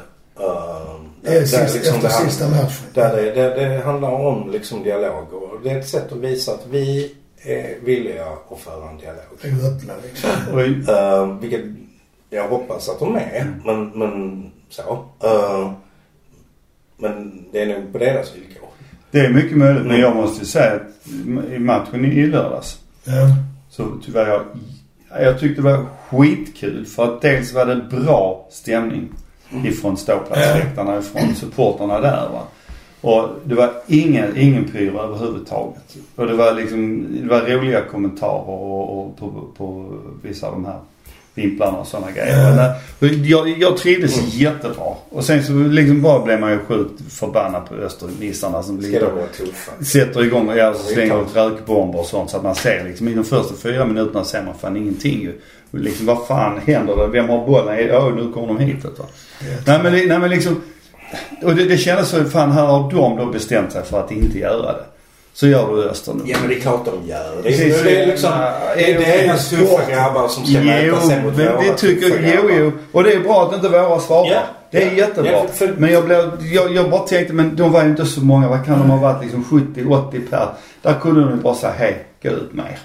Speaker 2: Ehm,
Speaker 1: Det är sist,
Speaker 2: liksom
Speaker 1: efter
Speaker 2: det handlar-
Speaker 1: Eh, sista matchen.
Speaker 2: Där det, det, det handlar om liksom dialog och det är ett sätt att visa att vi är villiga att föra en dialog.
Speaker 1: Det är ju öppna liksom.
Speaker 3: Och
Speaker 2: Eh, vilket jag hoppas att de
Speaker 3: Mm.
Speaker 2: är. Men, men så. Eh, men det är nog på deras villkor.
Speaker 3: det är mycket möjligt men jag måste ju säga att i matchen i lördags
Speaker 1: Ja.
Speaker 3: så tyvärr jag, jag tyckte det var skitkul för att dels var det bra stämning
Speaker 2: Mm.
Speaker 3: ifrån
Speaker 2: Äh.
Speaker 3: ståplatsläktarna, ifrån supportrarna där va. Och det var ingen, ingen pyro överhuvudtaget. Och det var liksom, det var roliga kommentarer och, och på, på vissa av de här vimplarna och sådana grejer.
Speaker 1: Ja.
Speaker 3: Men,
Speaker 2: Äh.
Speaker 3: eh, Jag, jag trivdes
Speaker 2: Mm.
Speaker 3: jättebra. Och sen så liksom bara blev man ju sjukt förbannad på östernissarna som
Speaker 2: Ska
Speaker 3: ligger
Speaker 2: de vara tuffa.
Speaker 3: sätter igång och alltså
Speaker 2: Det är
Speaker 3: slänger
Speaker 2: klart.
Speaker 3: ut rökbomber och sånt så att man ser liksom i de första fyra minuterna ser man fan ingenting ju. Och Liksom vad fan händer det? Vem har bollen? Ja nu kommer de hit vet du. Nej men, nej, men liksom. Och det, det kändes så fan här har de då bestämt sig för att inte göra det. Så gör du Öster nu.
Speaker 2: Ja men det är klart de gör. Det
Speaker 3: Precis.
Speaker 2: är, det är liksom det är deras tuffa grabbar som ska
Speaker 3: Jo,
Speaker 2: mäta sig mot
Speaker 3: men
Speaker 2: våra
Speaker 3: det tycker
Speaker 2: tuffa
Speaker 3: jag. Jo,
Speaker 2: grabbar.
Speaker 3: jo. Och det är bra att inte våra svarar.
Speaker 2: typ, Ja.
Speaker 3: Det är
Speaker 2: Ja.
Speaker 3: jättebra.
Speaker 2: Ja, för- för-
Speaker 3: Men jag, blev, jag, jag bara tänkte, men de var ju inte så många. Vad kan de ha varit? Liksom 70-80 per. Där kunde de ju bara säga, hej, gå ut med er.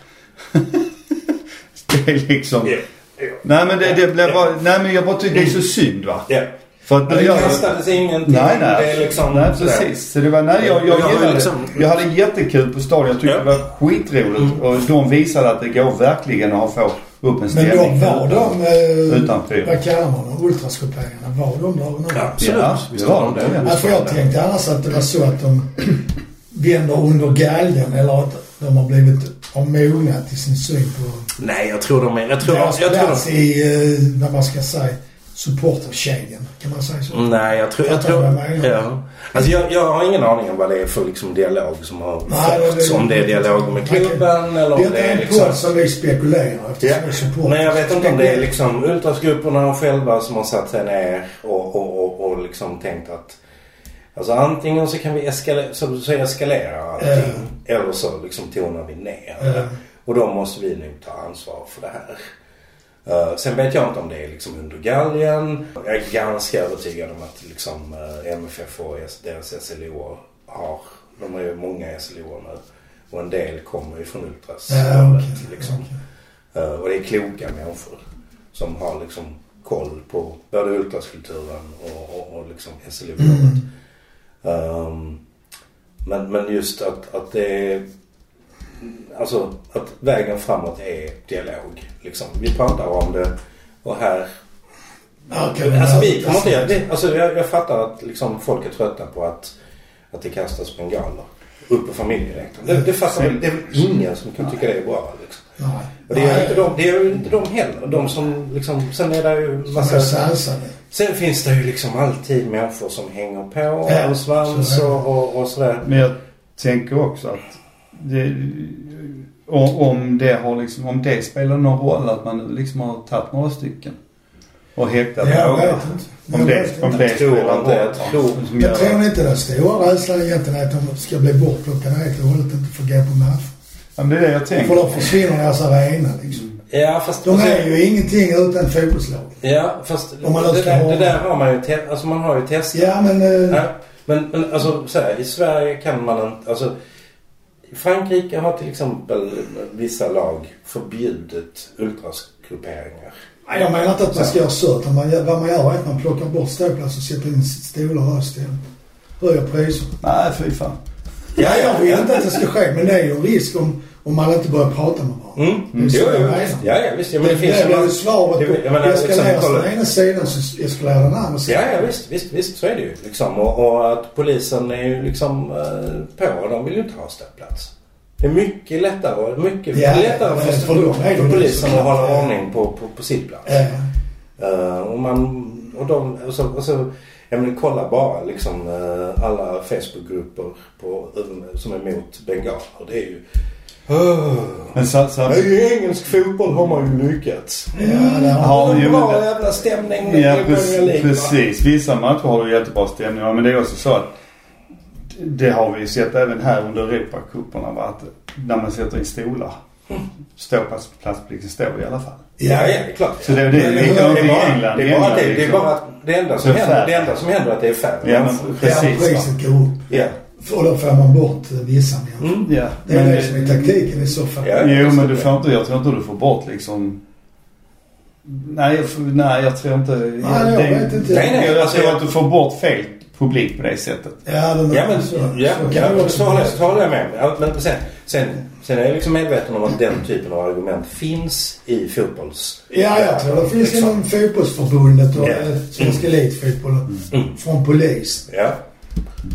Speaker 3: det är liksom...
Speaker 2: Ja.
Speaker 3: Nej men det, det blev
Speaker 2: Ja.
Speaker 3: bara, nej men jag bara tycker det är så synd va.
Speaker 2: Ja.
Speaker 3: För att
Speaker 2: Men
Speaker 3: jag-
Speaker 2: det kastades ingenting.
Speaker 3: Nej, nej.
Speaker 2: Det är liksom,
Speaker 3: nej
Speaker 2: sådär.
Speaker 3: precis. Så det var, nej, jag, jag,
Speaker 2: Jag har
Speaker 3: gillade,
Speaker 2: liksom-
Speaker 3: jag hade jättekul på stadion. Jag tyckte
Speaker 2: Ja. Mm.
Speaker 3: det var skitroligt. Och de visade att det går verkligen att få upp en
Speaker 1: Men de
Speaker 3: stämning.
Speaker 1: var de, eh,
Speaker 3: Utan fyra.
Speaker 1: vad kallar man dem, ultraskopéerna, var de lagen nu?
Speaker 2: Ja, absolut.
Speaker 3: Ja,
Speaker 2: Visst
Speaker 3: ja,
Speaker 2: har de det.
Speaker 3: det är det.
Speaker 1: Ja, för jag tänkte annars att det var så att de vänder under galgen eller att de har blivit, har mognat i sin syn på
Speaker 2: Nej, jag tror de är... Jag tror, jag
Speaker 1: deras
Speaker 2: tror,
Speaker 1: plats i, eh, vad man ska säga, supporterkedjan. Kan man säga så?
Speaker 2: Mm, Nej, jag tror... Jag,
Speaker 1: Fattar
Speaker 2: tror
Speaker 1: vad jag menar?
Speaker 2: ja. alltså, jag, jag har ingen aning om vad det är för liksom, dialog som har
Speaker 1: Nej, det-
Speaker 2: förts. Om det är dialog med klubben eller om
Speaker 1: Detta
Speaker 2: det
Speaker 1: är
Speaker 2: är
Speaker 1: en
Speaker 2: liksom...
Speaker 1: podd som vi spekulerar eftersom
Speaker 2: Ja.
Speaker 1: vi är supportrar.
Speaker 2: Men jag vet inte om det är liksom ultrasgrupperna själva som har satt sig ner och, och, och, och liksom tänkt att Alltså antingen så kan vi eskalera, så, så eskalerar allting. Eller så liksom tonar vi ner.
Speaker 1: Ja.
Speaker 2: Och då måste vi nog ta ansvar för det här. Eh, sen vet jag inte om det är liksom under galgen. Jag är ganska övertygad om att liksom eh, MFF och S- deras SLO har, de har ju många SLO nu. Och en del kommer ju från Ultras.
Speaker 1: Ja, okej.
Speaker 2: liksom. Eh, och det är kloka människor som har liksom koll på både ultraskulturen och, och, och liksom SLO.
Speaker 1: Mm.
Speaker 2: Ehm, men, men just att, att det är... Alltså att vägen framåt är dialog. Liksom. Vi pratar om det och här...
Speaker 1: Ja, okej, men-
Speaker 2: alltså vi kommer inte göra det. Alltså, jag, jag fattar att liksom, folk är trötta på att, att det kastas bengaler uppe familjerätten. Det, det fattar väl, det är väl ingen som kan tycka det är bra. Liksom.
Speaker 1: Nej.
Speaker 2: Och det gör ju
Speaker 1: Nej,
Speaker 2: inte de, det gör ju inte de heller. De som liksom, sen är det ju
Speaker 1: de är
Speaker 2: massa...
Speaker 1: sansade.
Speaker 2: Sen finns det ju liksom alltid människor som hänger på
Speaker 1: Ja,
Speaker 2: och svans
Speaker 1: så är det.
Speaker 2: och, och, och sådär.
Speaker 3: Men jag tänker också att det, om om det har liksom, om det spelar någon roll att man liksom har tagit några stycken och häktat
Speaker 1: Jag
Speaker 3: några.
Speaker 1: vet inte. Jag
Speaker 3: Om
Speaker 1: vet
Speaker 3: det, om
Speaker 1: inte.
Speaker 3: det
Speaker 2: Jag tror
Speaker 3: spelar
Speaker 2: inte, jag
Speaker 3: roll.
Speaker 2: tror-
Speaker 3: Som gör
Speaker 1: Jag tror inte den stora rädslan egentligen är att de ska bli bortplockade helt och hållet och inte få gå på match.
Speaker 3: Ja, men det är det jag
Speaker 1: För
Speaker 3: tänker.
Speaker 1: då försvinner deras arena liksom.
Speaker 2: Ja fast...
Speaker 1: De är ju ingenting utan fotbollslag.
Speaker 2: Ja fast
Speaker 1: Om man
Speaker 2: det,
Speaker 1: önskar
Speaker 2: där,
Speaker 1: ha-
Speaker 2: det där har man ju te- Alltså man har ju testat.
Speaker 1: Ja men... eh,
Speaker 2: Ja, Men, men alltså så här, i Sverige kan man inte... Alltså, i Frankrike har till exempel vissa lag förbjudit ultraskuperingar.
Speaker 1: Nej, jag menar inte att man ska göra sött. Vad man gör är att man plockar bort ståplats och sätter in stolar här istället. Höjer priser.
Speaker 3: Nej, fy fan.
Speaker 1: Ja, jag vill inte att det ska ske, men det är ju en risk om, om man inte börjar prata med varandra.
Speaker 2: Mm. Jo,
Speaker 1: så
Speaker 2: jo,
Speaker 1: jag menar.
Speaker 2: visst. Ja, ja, visst. Ja, men
Speaker 1: det,
Speaker 2: det, finns
Speaker 1: blir ju
Speaker 2: det-
Speaker 1: svaret på...
Speaker 2: jag menar,
Speaker 1: Jag ska
Speaker 2: liksom,
Speaker 1: lära
Speaker 2: kolla-
Speaker 1: den ena sidan så jag ska lära den andra
Speaker 2: Ja,
Speaker 1: sidan.
Speaker 2: ja visst, visst, visst. Så är det ju. Liksom. Och, och att polisen är ju liksom eh, på. De vill ju inte ha stödplats. Det är mycket lättare, och mycket
Speaker 1: Ja,
Speaker 2: lättare för,
Speaker 1: men för dem är det ju
Speaker 2: för
Speaker 1: liksom
Speaker 2: polisen att
Speaker 1: såklart.
Speaker 2: hålla ordning på, på, på sitt plats.
Speaker 1: Eh,
Speaker 2: Eh, och man, och de, och så, och så, jag menar, kolla bara liksom eh, alla Facebookgrupper på, som är mot bengaler. Det är ju
Speaker 1: Ah.
Speaker 2: Oh.
Speaker 3: Men så, så,
Speaker 2: I engelsk fotboll har man ju lyckats.
Speaker 1: Ja, det har
Speaker 3: Ja,
Speaker 2: Ja,
Speaker 3: jo,
Speaker 2: bra
Speaker 3: men det-
Speaker 2: jävla stämning i
Speaker 3: Ja,
Speaker 2: Premier
Speaker 3: precis,
Speaker 2: League. va?
Speaker 3: precis. Vissa matcher har du jättebra stämning men det är också så att det har vi ju sett även här under Europacuperna va, att när man sätter in stolar. Ståplatsplikten står i alla fall.
Speaker 2: Ja, ja, klart.
Speaker 3: Så det är det.
Speaker 2: Men
Speaker 3: Likadant i
Speaker 2: bara-
Speaker 3: England.
Speaker 2: Det
Speaker 3: I
Speaker 2: är bara
Speaker 3: England,
Speaker 2: det. Det är
Speaker 3: liksom.
Speaker 2: bara att det enda
Speaker 3: Så
Speaker 2: som händer,
Speaker 3: färre.
Speaker 2: det enda som händer är att det är färre
Speaker 3: Ja,
Speaker 2: människor.
Speaker 3: men precis. va.
Speaker 1: priset går upp.
Speaker 2: Ja.
Speaker 1: Och då får man bort eh, vissa människor.
Speaker 2: Mm.
Speaker 3: Ja,
Speaker 1: Det är
Speaker 3: men-
Speaker 1: det som är taktiken i så fall.
Speaker 2: Ja.
Speaker 3: Jo, men du får inte, jag tror inte du får bort liksom... Nej, jag, nej, jag tror inte...
Speaker 1: Nej, jag vet inte.
Speaker 2: Nej, nej,
Speaker 3: jag
Speaker 2: alltså,
Speaker 3: tror
Speaker 2: jag-
Speaker 3: att du får bort fel publik på det sättet.
Speaker 1: Ja,
Speaker 2: Ja men ja,
Speaker 1: det
Speaker 2: jag
Speaker 1: också
Speaker 2: förstår det,
Speaker 1: vara.
Speaker 2: så håller jag med. Ja, Men sen, sen, sen är jag liksom medveten om att den typen av argument finns i fotbolls...
Speaker 1: Ja, jag tror det finns
Speaker 2: Liksom.
Speaker 1: inom fotbollsförbundet och eh,
Speaker 2: Ja.
Speaker 1: yeah. Svenska Elitfotbollen
Speaker 2: Mm.
Speaker 1: från polis.
Speaker 2: Ja.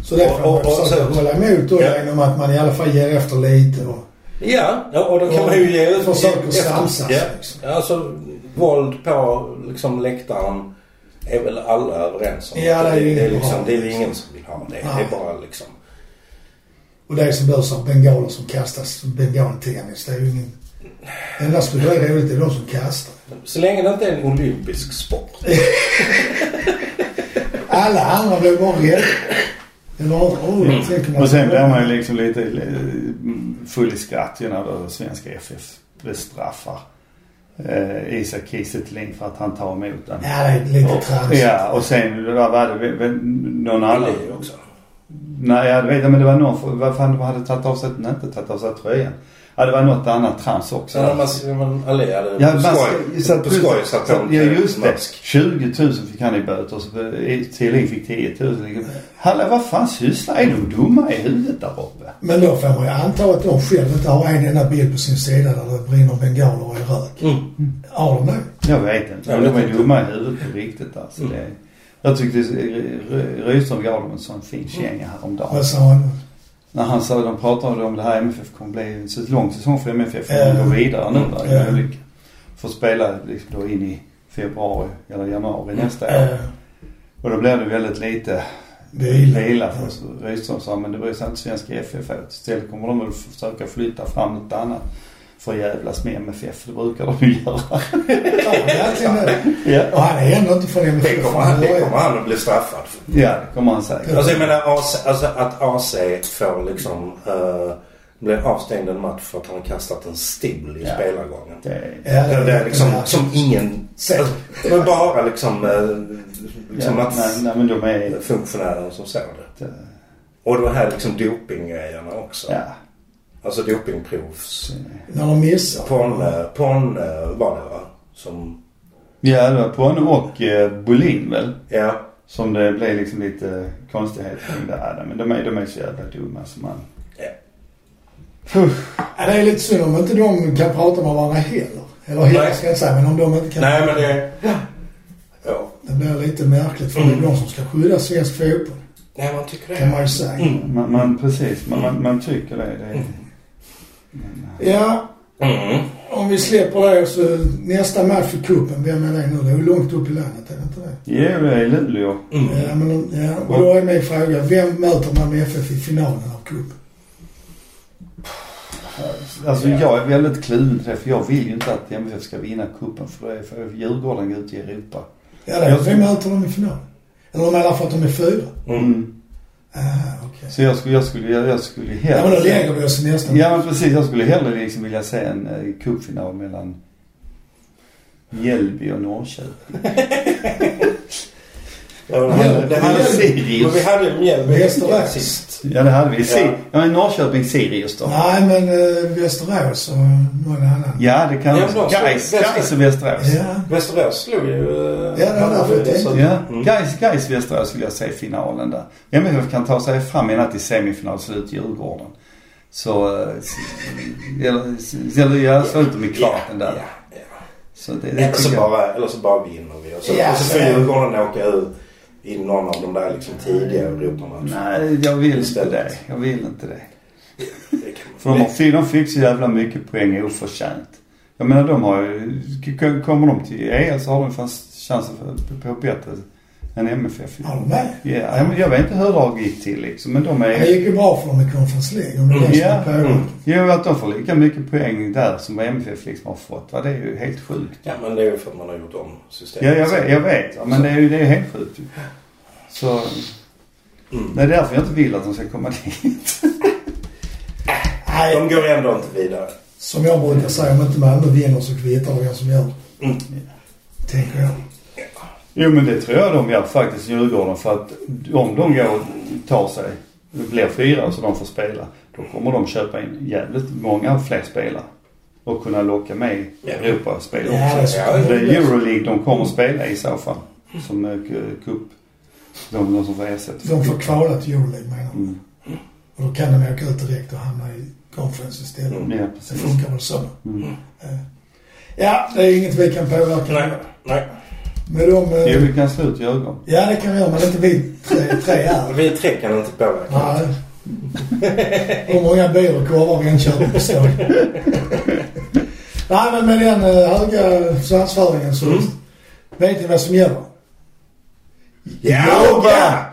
Speaker 1: Så det
Speaker 2: Och-
Speaker 1: får man
Speaker 2: och- och
Speaker 1: försöka
Speaker 2: så-
Speaker 1: hålla emot då
Speaker 2: Ja.
Speaker 1: genom att man i alla fall ger efter lite. Och,
Speaker 2: Ja, ja, och då kan
Speaker 1: Och
Speaker 2: man ju ge ut...
Speaker 1: försöker
Speaker 2: efter-
Speaker 1: samsas,
Speaker 2: Ja,
Speaker 1: liksom.
Speaker 2: ja, alltså våld på liksom läktaren är väl alla överens om.
Speaker 1: Ja, det är ju
Speaker 2: det, är
Speaker 1: ingen
Speaker 2: liksom,
Speaker 1: bra.
Speaker 2: det är ju ingen som vill ha det. Det
Speaker 1: Nej.
Speaker 2: är bara liksom...
Speaker 1: och det som behövs av bengaler som kastas som bengaltennis. Det är ju ingen... Det enda som är roligt är de som kastar.
Speaker 2: Så länge det inte är en olympisk sport.
Speaker 1: Alla andra blir bara rädda. Det var roligt. tänker man.
Speaker 3: Mm. Och sen blir man ju liksom lite eh, full i skratt ju när då svenska FF bestraffar eh, Isak Kiese Thelin för att han tar emot den.
Speaker 1: Ja, det är lite tramsigt.
Speaker 3: Ja, och sen, vad var det? Vem- vem- Någon
Speaker 2: Alla
Speaker 3: annan?
Speaker 2: är ju också.
Speaker 3: Nej, jag vet inte, men det var någon, vad fan, de hade tagit av sig, nej, inte tagit av sig tröjan. Ja, det var något annat trams också.
Speaker 2: Sen när man, man allierade
Speaker 3: Ja,
Speaker 2: på
Speaker 3: man
Speaker 2: skoj,
Speaker 3: ska, så att,
Speaker 2: på skoj satte de
Speaker 3: ja,
Speaker 2: till
Speaker 3: just det.
Speaker 2: mask.
Speaker 3: 20 000 fick han i böter. Så Thelin fick 10 000. Liksom. Hallå, vad fan sysslar Är de dumma i huvudet där uppe?
Speaker 1: Men då får man ju anta att de själva inte har en enda bild på sin sida där det brinner bengaler och är rök.
Speaker 2: Mm.
Speaker 1: Har de det?
Speaker 3: Jag vet inte.
Speaker 2: Jag Mm.
Speaker 3: de
Speaker 2: vet
Speaker 3: är
Speaker 2: inte.
Speaker 3: dumma i huvudet på riktigt alltså. Det, jag tyckte R- R- Rydström gav dem en sån
Speaker 2: Mm.
Speaker 3: fin känga häromdagen.
Speaker 2: Alltså-
Speaker 1: Vad sa han?
Speaker 3: När han sa, de pratade om det här MFF kommer bli en så lång säsong för MFF. För de
Speaker 1: Ja.
Speaker 3: går vidare nu där i
Speaker 1: Ja.
Speaker 3: olyckan. Får spela liksom då in i februari eller januari
Speaker 2: Mm.
Speaker 3: nästa år.
Speaker 1: Eh,
Speaker 3: Och då blev det väldigt lite
Speaker 1: Vila.
Speaker 3: vila för oss. Rydström sa, men det bryr sig inte svenska FF åt. Istället kommer de väl försöka flytta fram något annat för att jävlas med MFF. Det brukar de ju göra.
Speaker 1: Ja, verkligen det.
Speaker 3: Ja,
Speaker 1: Och han är ändå inte från MFF.
Speaker 2: Det kommer han, det kommer han att bli straffad för.
Speaker 3: ja det kommer han säkert.
Speaker 2: Alltså jag menar AC, alltså att AC får liksom uh, bli avstängd en match för att han har kastat en stol i
Speaker 3: Ja.
Speaker 2: spelargången.
Speaker 3: Det är,
Speaker 1: Ja,
Speaker 2: Det, det är liksom
Speaker 1: ja.
Speaker 2: som ingen...
Speaker 1: Säg.
Speaker 2: Alltså, men bara liksom, eh, liksom
Speaker 3: ja,
Speaker 2: att
Speaker 3: nej, nej, men de är...
Speaker 2: funktionärer som såg det.
Speaker 3: eh,
Speaker 2: Och det här liksom dopinggrejerna också.
Speaker 3: Ja.
Speaker 2: Alltså dopingprovs.
Speaker 1: När de missar.
Speaker 2: Porn, eh, porn eh, var det va? Som,
Speaker 3: Ja, det var Ponne och eh, Bolin väl?
Speaker 2: ja.
Speaker 3: Som det blev liksom lite konstigheter kring det här. Men de är, de är så jävla dumma som man...
Speaker 2: Ja.
Speaker 1: Ja, det är lite synd om inte de kan prata med varandra heller. Eller heller
Speaker 2: Nej.
Speaker 1: ska jag inte säga, men om de inte kan.
Speaker 2: Nej men det... Ja.
Speaker 1: Det blir lite märkligt för det är de som ska skydda svensk fotboll.
Speaker 2: Nej man tycker det.
Speaker 1: Kan man ju säga.
Speaker 3: Man, man precis, man, man, man tycker det. det är, eh,
Speaker 1: Ja,
Speaker 2: Mm.
Speaker 1: om vi släpper det så nästa match för cupen, vem är det nu? Det är ju långt upp i landet, är det inte det?
Speaker 3: Jo, det är Luleå.
Speaker 2: Mm.
Speaker 1: Ja, men, ja, och då är min fråga, vem möter man med FF i finalen av cupen?
Speaker 3: Alltså jag är väldigt kluven till det för jag vill ju inte att MFF ska vinna kuppen för då är för Djurgården går ut i Europa.
Speaker 1: Ja, det är, vem möter de i finalen? Eller de är där för att de är fyra?
Speaker 2: Mm.
Speaker 1: Ah, okej.
Speaker 3: Så jag skulle, jag skulle, jag, jag skulle
Speaker 1: Ja, men då
Speaker 3: hellre...
Speaker 1: lägger vi oss i nästa
Speaker 3: Ja men precis, jag skulle hellre liksom vilja se en eh, cupfinal mellan Mjällby och Norrköping.
Speaker 2: Ja, men det hade- det hade-
Speaker 3: Sirius.
Speaker 2: Men vi hade Mjällby
Speaker 1: Västerås.
Speaker 2: sist.
Speaker 3: Ja det hade vi. Si-
Speaker 2: Ja.
Speaker 3: ja. men Norrköping Sirius då.
Speaker 1: Nej, men äh, Västerås och någon annan.
Speaker 3: Ja det kan
Speaker 2: Ja, men då-
Speaker 3: Gais,
Speaker 2: Väster-
Speaker 3: Gais och Västerås.
Speaker 1: Ja.
Speaker 2: Västerås slog ju... eh,
Speaker 1: Ja, det hade jag fått
Speaker 2: så-
Speaker 3: Ja,
Speaker 2: Mm.
Speaker 3: Gais, Gais, Västerås skulle jag säga finalen där. MFF kan ta sig fram ända till semifinal och slå ut Djurgården. Så, eh, s- eller, s- eller jag slår ut dem i kvarten där.
Speaker 2: Ja, ja,
Speaker 3: Så det,
Speaker 2: ja.
Speaker 3: det
Speaker 2: Eller så
Speaker 3: tycker jag.
Speaker 2: bara, eller så bara vinner vi och så,
Speaker 1: Ja,
Speaker 2: och så
Speaker 1: så
Speaker 2: får
Speaker 1: är det.
Speaker 2: Djurgården åka ur i någon av de där liksom tidiga
Speaker 3: Mm.
Speaker 2: Europamatcherna.
Speaker 3: Nej, jag vill inte
Speaker 2: Istället.
Speaker 3: det. Jag vill inte det.
Speaker 2: Det kan man-
Speaker 3: För de, har, fi- de fick så jävla mycket poäng oförtjänt. Jag E menar de har ju, k- k- kommer de till EL så har de fast chansen för- på- på bättre än MFF. ju.
Speaker 1: Ja, de är.
Speaker 3: Ja, jag men jag vet inte hur lag gick till liksom, men de
Speaker 1: Det
Speaker 3: är...
Speaker 1: gick ju bra för dem i Conference League under
Speaker 3: Mm.
Speaker 1: resten
Speaker 3: Ja.
Speaker 1: av perioden.
Speaker 3: Jo, att de får lika mycket poäng där som vad MFF liksom har fått, va? det är ju helt sjukt.
Speaker 2: Ja, men det är ju för att man har gjort om systemet.
Speaker 3: Ja, jag vet, jag vet ja, men det är ju det är helt sjukt ju. Så...
Speaker 2: Mm.
Speaker 3: Det är därför jag inte vill att de ska komma dit.
Speaker 1: Nej,
Speaker 4: De går ändå inte vidare.
Speaker 1: som jag brukar säga, om inte Malmö vinner så kvittar det vem som gör det.
Speaker 4: Mm.
Speaker 1: Tänker jag.
Speaker 3: Jo, men det tror jag de gör faktiskt, Djurgården. För att om de går och tar sig, det blir fyra så de får spela, då kommer de köpa in jävligt många fler spelare. Och kunna locka med
Speaker 2: Ja.
Speaker 3: Europaspel också.
Speaker 1: Ja, det är så.
Speaker 2: Ja,
Speaker 3: Det är Euroleague de kommer att spela i så fall. Som eh, cup. De, de som får ersättning.
Speaker 1: De får kvala till Euroleague menar jag.
Speaker 3: Mm.
Speaker 1: Och då kan de åka ut direkt och hamna i Conference istället.
Speaker 2: Mm.
Speaker 3: Ja,
Speaker 1: Det
Speaker 3: precis.
Speaker 1: funkar väl så.
Speaker 3: Mm.
Speaker 1: Eh, Ja, det är inget vi kan påverka.
Speaker 2: Nej, nej.
Speaker 1: Med de... eh,
Speaker 3: Jo, vi kan slå ut Djurgården.
Speaker 1: Ja, det kan vi göra, men inte vi tre, tre här.
Speaker 4: Vi tre kan inte påverka.
Speaker 1: Nej. Hur många bier och korvar Enköping består Nej, men med den eh, höga svansföringen så vet ni vad som gäller.
Speaker 4: Yoga!